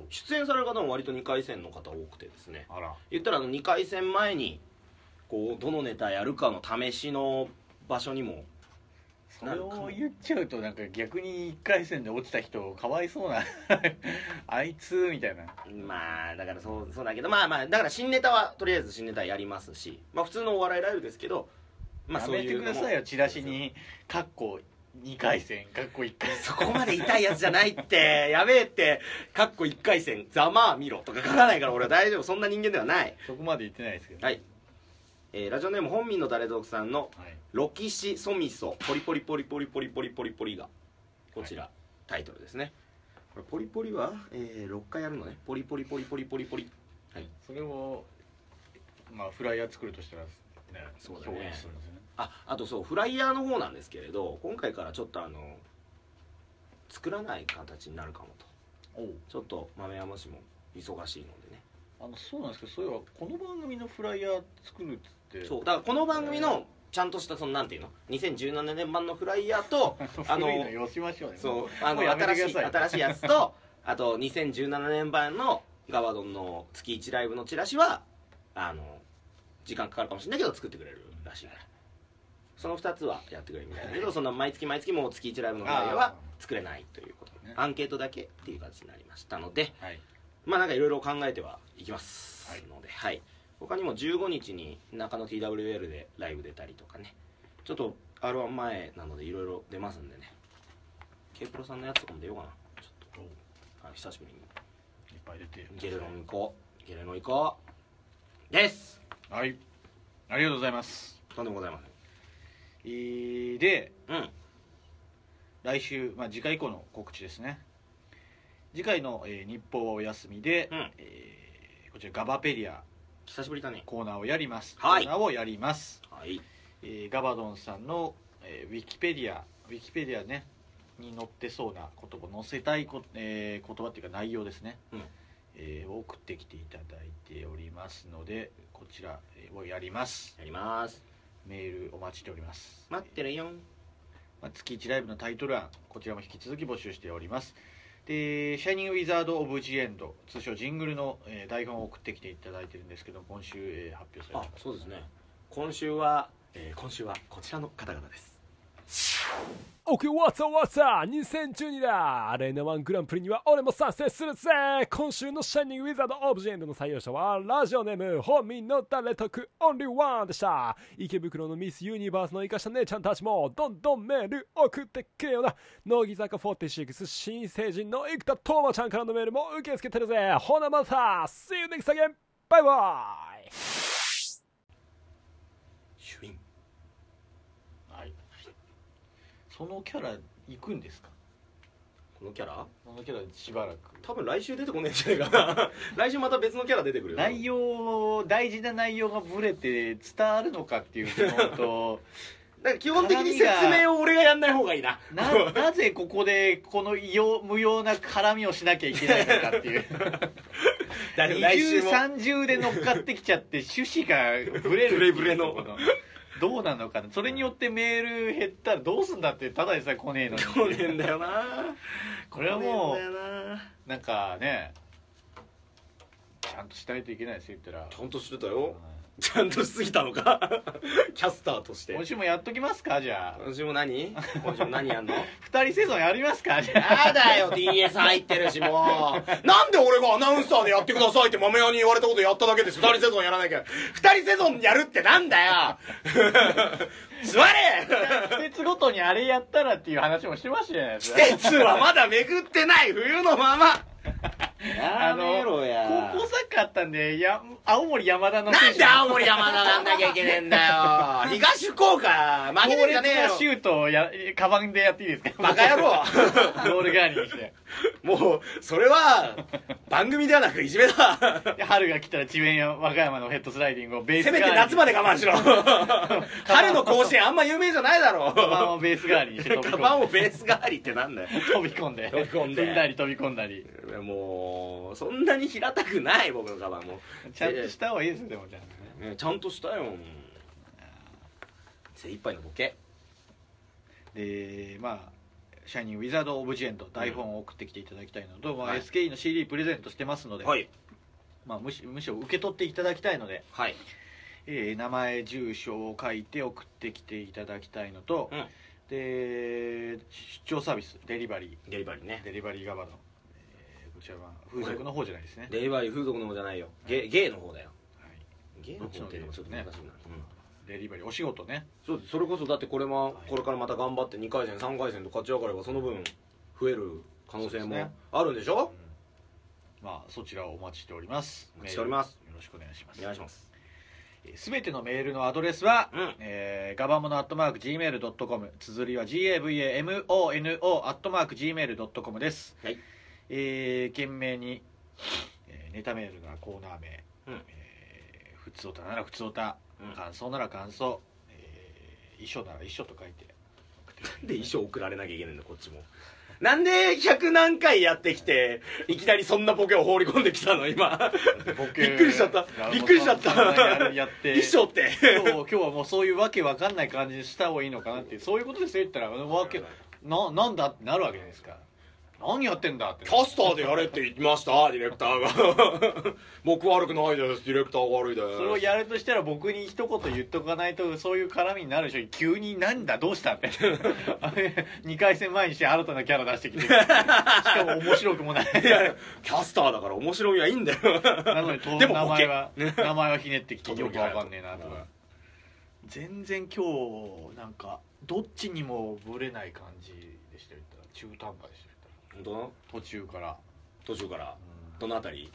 S2: 出演される方も割と2回戦の方多くてですね
S3: あら
S2: 言ったらあの2回戦前にこうどのネタやるかの試しの場所にも
S3: それを言っちゃうとなんか逆に1回戦で落ちた人かわいそう *laughs* なあいつみたいな
S2: まあだからそうそうだけどまあまあだから新ネタはとりあえず新ネタやりますしまあ普通のお笑いライブですけどまあ
S3: や
S2: そう
S3: め
S2: い
S3: て
S2: う
S3: く
S2: のも
S3: ださいよチラシに「かっこ2回戦」「かっこ1回戦
S2: そこまで痛いやつじゃないって *laughs* やべえってかっこ1回戦ざまあ見ろとか書かないから俺は大丈夫そんな人間ではない」
S3: *laughs* そこまで言ってないですけど
S2: はい、えーラジオネーム本民の誰ぞくさんの
S3: はい
S2: 「ロキシソミソポリポリポリポリポリポリポリポリ」がこちら、タイトルですねこれポリポリは、え6回やるのねポリポリポリポリポリポリ
S3: それをまあフライヤー作るとしたら、ね、
S2: そうだね
S3: 表現するんですよね
S2: ああとそうフライヤーの方なんですけれど今回からちょっとあの作らない形になるかもと
S3: おう
S2: ちょっと豆山氏も忙しいのでね
S3: あのそうなんですけどそういえばこの番組のフライヤー作るっつって
S2: そうだからこの番組のちゃんとしたそのなんていうの2017年版のフライヤー
S3: *laughs*
S2: と
S3: *laughs* あ
S2: あ
S3: の
S2: の
S3: 古いのよしましょうね
S2: そうあの
S3: もうやめ
S2: 新
S3: てくだ
S2: しい
S3: さい
S2: 新しいやつとあと2017年版のガバドンの月1ライブのチラシはあの時間かかるかもしれないけど作ってくれるらしいからその2つはやってくれるみたいだけどそんな毎月毎月もう月1ライブの内容は作れないということ
S3: ね
S2: アンケートだけっていう形になりましたので
S3: はい
S2: まあなんかいろいろ考えてはいきます
S3: はい
S2: ので、はい他にも15日に中野 TWL でライブ出たりとかねちょっと r 1前なのでいろいろ出ますんでね k プロさんのやつとかも出ようかなちょっとあ久しぶりに
S3: いっぱい出てよ
S2: ゲレロン行こうゲレロン行こうです
S3: はいありがとうございます
S2: とんでもございません
S3: えーで
S2: うん
S3: 来週、まあ、次回以降の告知ですね次回の、えー日報はお休みで、
S2: うん
S3: えーこちらガバペリア
S2: 久しぶりだね
S3: コーナーをやります、
S2: はい
S3: コーナーをやります、
S2: はい
S3: えーガバドンさんの、えーウィキペディアウィキペディアねに載ってそうな言葉載せたいこ、えー言葉っていうか内容ですね、
S2: うん
S3: えーを送ってきていただいておりますのでこちらえーをやります
S2: やります
S3: メールお待ちしております
S2: 待ってるよん
S3: まあ、月1ライブのタイトル案こちらも引き続き募集しておりますで「シャイニング・ウィザード・オブ・ジ・エンド」通称ジングルの、えー台本を送ってきていただいてるんですけど今週、えー発表され
S2: あ
S3: てます
S2: そうですね今週は、えー今週はこちらの方々です
S8: オケワッツァワッツァ2012だアレーナ1グランプリには俺も参戦するぜ今週のシャイニングウィザードオブジェンドの採用者はラジオネーム本民の誰得オンリーワンでした池袋のミスユニバースの生かした姉ちゃんたちもどんどんメール送ってくれよな乃木坂46新成人の生田斗真ちゃんからのメールも受け付けてるぜほなまた See you next time! バイバイ
S2: シュイン
S3: そのキャラ行くんですか
S2: このキャラ
S3: そのキャラしばらく
S2: 多分来週出てこねえんじゃないかな *laughs* 来週また別のキャラ出てくるよ
S3: 内容大事な内容がブレて伝わるのかっていう疑問 *laughs* と
S2: なんか基本的に説明を俺がやんない方がいい
S3: *laughs*
S2: な
S3: ななぜここでこの異様無用な絡みをしなきゃいけないのかっていう
S2: 大丈夫
S3: 二
S2: 来
S3: 重
S2: 週も
S3: 三重で乗っかってきちゃって趣旨がブレる
S2: ブレブレの
S3: どうなのかなそれによってメール減ったらどうすんだってただでさえ来ねえのに
S2: こねえんだよな
S3: これはも
S2: 来ねえんだよな
S3: うなんかねちゃんとしないといけないですよ言ったら
S2: ちゃんとしてたよちゃんとしすぎたのか *laughs* キャスターとして
S3: 今週もやっときますかじゃあ
S2: 今週も何今週も何やんの
S3: 二人セゾンやりますかじゃあ
S2: やだよ DS 入ってるしもうなんで俺がアナウンサーでやってくださいって豆屋に言われたことやっただけです二人セゾンやらなきゃ二人セゾンやるってなんだよ座れ
S3: 季節ごとにあれやったらっていう話もしてましたじゃない
S2: *laughs*
S3: ですか
S2: 季節はまだ巡ってない冬のまま
S3: あの高校サッカーあったんでや青森山田の
S2: なんで青
S3: 森
S2: 森山田なんなきゃいけねえんだよ東福岡負けて
S3: 強
S2: んじゃね
S3: 烈
S2: え
S3: な
S2: よ
S3: シュートをやカバンでやっていいですか
S2: バカ野
S3: *laughs*
S2: 郎
S3: ロールガーリーにして
S2: *laughs* もうそれは番組ではなくいじめだ
S3: で春が来たら智弁和歌山のヘッドスライディングをベース
S2: せ
S3: 代
S2: め
S3: わ
S2: て
S3: りに
S2: 夏まで我慢し *laughs* ろ春の甲子園あんま有名じゃないだろ
S3: カバンをベース代わりにして飛び
S2: カバン
S3: 込
S2: を
S3: んで
S2: ベース代わりってなんだよ
S3: 飛び込んで
S2: 飛び込んで
S3: 踏んだり飛び込んだり
S2: もうそんなに平たくない僕のカバンも
S3: ちゃんとした方がいいですよでもちゃんとね
S2: ねちゃんとしたよ精一杯のボケ
S3: でまあ「シャイニング・ウィザード・オブ・ジ・エンド」台本を送ってきていただきたいのと、まあ
S2: はい
S3: SKE の CD プレゼントしてますので、
S2: はい
S3: まあ、むしむしろ受け取っていただきたいので、
S2: はい
S3: えー名前住所を書いて送ってきていただきたいのと、
S2: うん
S3: で出張サービスデリバリ
S2: デリバリーね
S3: ーデリバリー側の、えーこちらは風俗の方じゃないですね
S2: デリバリー風俗の方じゃないよゲゲイの方だよ
S3: はい
S2: ゲイの方っていうのもちょっと難しいな、うん
S3: デリバリーお仕事ね
S2: そうですそれこそだってこれもこれからまた頑張って2回戦3回戦と勝ち上がればその分増える可能性
S3: そうです
S2: も
S3: ね
S2: あるんでしょ
S3: まあそちらをお待ちしております
S2: お待ちしております
S3: メールよろしくお願いします
S2: お願いします
S3: すべてのメールのアドレスは、
S2: うん
S3: えーガバモノアットマーク Gmail.com 綴りは GAVAMONO アットマーク Gmail.com です、
S2: はい
S3: えー懸命に、えーネタメールならコーナー名、
S2: うん
S3: えーふつおたならふつおた、
S2: うん
S3: 感想なら感想、えー、衣装なら衣装と書いて
S2: なんで衣装送られなきゃいけないんだこっちもなんで100何回やってきていきなりそんなボケを放り込んできたの今
S3: び
S2: びっくりしちゃったびっくりしちゃった
S3: ややって *laughs*
S2: 衣装って
S3: 今日今日はもうそういうわけわかんない感じにした方がいいのかなっていうそういうことですよ言ったらわけななんだってなるわけじゃないですか何やってんだって
S2: キャスターでやれって言いましたディレクターが *laughs* 僕悪くないですディレクターが悪いで
S3: それを
S2: す
S3: やるとしたら僕に一言言っとかないとそういう絡みになるでしょ急に「なんだどうした?」って *laughs* 2回戦前にして新たなキャラ出してきてしかも面白くもない
S2: いやいやキャスターだから面白みはいいんだよ
S3: なのにと
S2: でも
S3: 名
S2: ボ
S3: 前
S2: ケ
S3: は名前はひねってきてよ
S2: 轟
S3: くわかんねえなとか全然今日なんかどっちにもぶれない感じでしたよ言ったら中途半端でしたよ言っ
S2: 本当な
S3: たら途中から
S2: 途中からどのあたり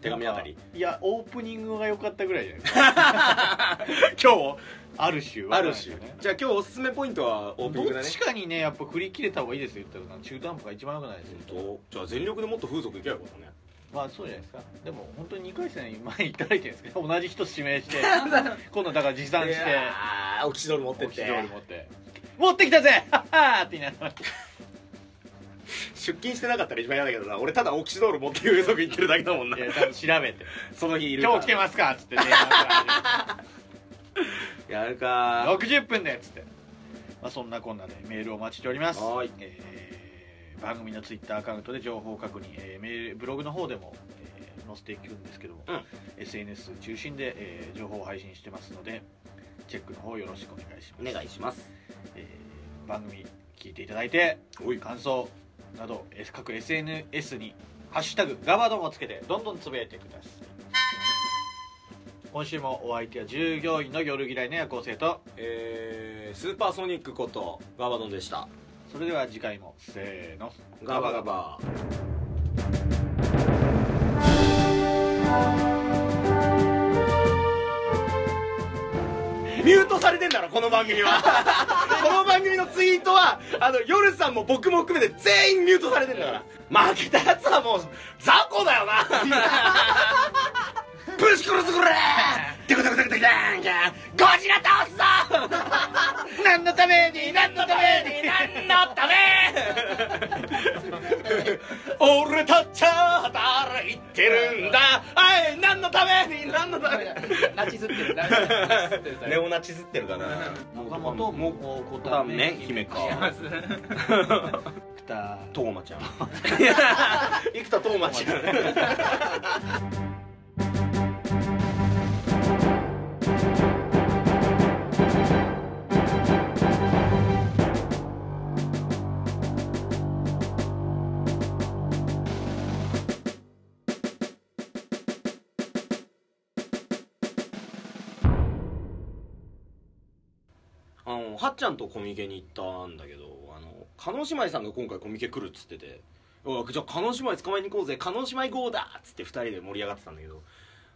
S2: 手紙あたり
S3: いやオープニングが良かったぐらいじゃない
S2: *laughs*
S3: ですか
S2: 今日
S3: ある種は
S2: あるし
S3: わかんないですよね
S2: じゃあ今日おすすめポイントはオープニング
S3: ど
S2: だ
S3: っ
S2: ね
S3: ちかにねやっぱ振り切れた方がいいですよ言ったら中途半端が一番良くないですよ
S2: 本当じゃあ全力でもっと風俗行けばよかったね
S3: まあそうじゃないですかでも本当に2回戦 *laughs* 前にいただいてるんですか同じ人指名して
S2: *laughs*
S3: 今度だから持参して
S2: ああオキシドル持ってっ
S3: オキシド
S2: て
S3: ール持って持ってきたぜはっはーって言いながら
S2: 出勤してなかったら一番嫌だけどな俺ただオキシドール持って風俗行ってるだけだもんない
S3: や多分調べて
S2: その日いる
S3: 今日来てますかっつって電話か
S2: やる
S3: ら
S2: か
S3: 60分でっつって、まあ、そんなこんなでメールをお待ちしております
S2: はーい
S3: えー番組のツイッターアカウントで情報を確認、えーメールブログの方でも、えー載せていくんですけども、
S2: うん
S3: SNS 中心で、えー情報を配信してますのでチェックの方よろしくお願いします
S2: お願いします
S3: えー番組聞いていただいて
S2: おい
S3: 感想などえ各 SNS に「ハッシュタグガバドン」をつけてどんどんつぶやいてください今週もお相手は従業員の夜嫌いの夜行性と
S2: えー、スーパーソニックことガバドンでした
S3: それでは次回もせーの
S2: ガバガバミュートされてんだろこの番組は *laughs* この番組のツイートはあの夜さんも僕も含めて全員ミュートされてんだから負けたやつはもう雑魚だよ *laughs* なぶち殺すこれテクテクテクテクテンゴジラ倒すぞ何のために何のために何のため俺たちは働いてるん *laughs* だあい何のために何のために
S4: ナチスってるナチスってる
S2: レオナチズってるかな
S3: 岡本もうこ
S2: ダメね姫か
S3: クター
S2: トーマちゃん *laughs* 生田トーマちゃんあのはっちゃんとコミケに行ったんだけどあの叶姉妹さんが今回コミケ来るっつってて「おいじゃあ叶姉妹捕まえに行こうぜ叶姉妹号だ!」っつって2人で盛り上がってたんだけど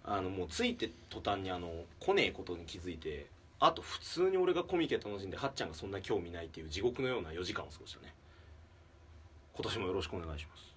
S2: あのもう着いて途端にあの来ねえことに気づいてあと普通に俺がコミケ楽しんではっちゃんがそんな興味ないっていう地獄のような4時間を過ごしたね今年もよろしくお願いします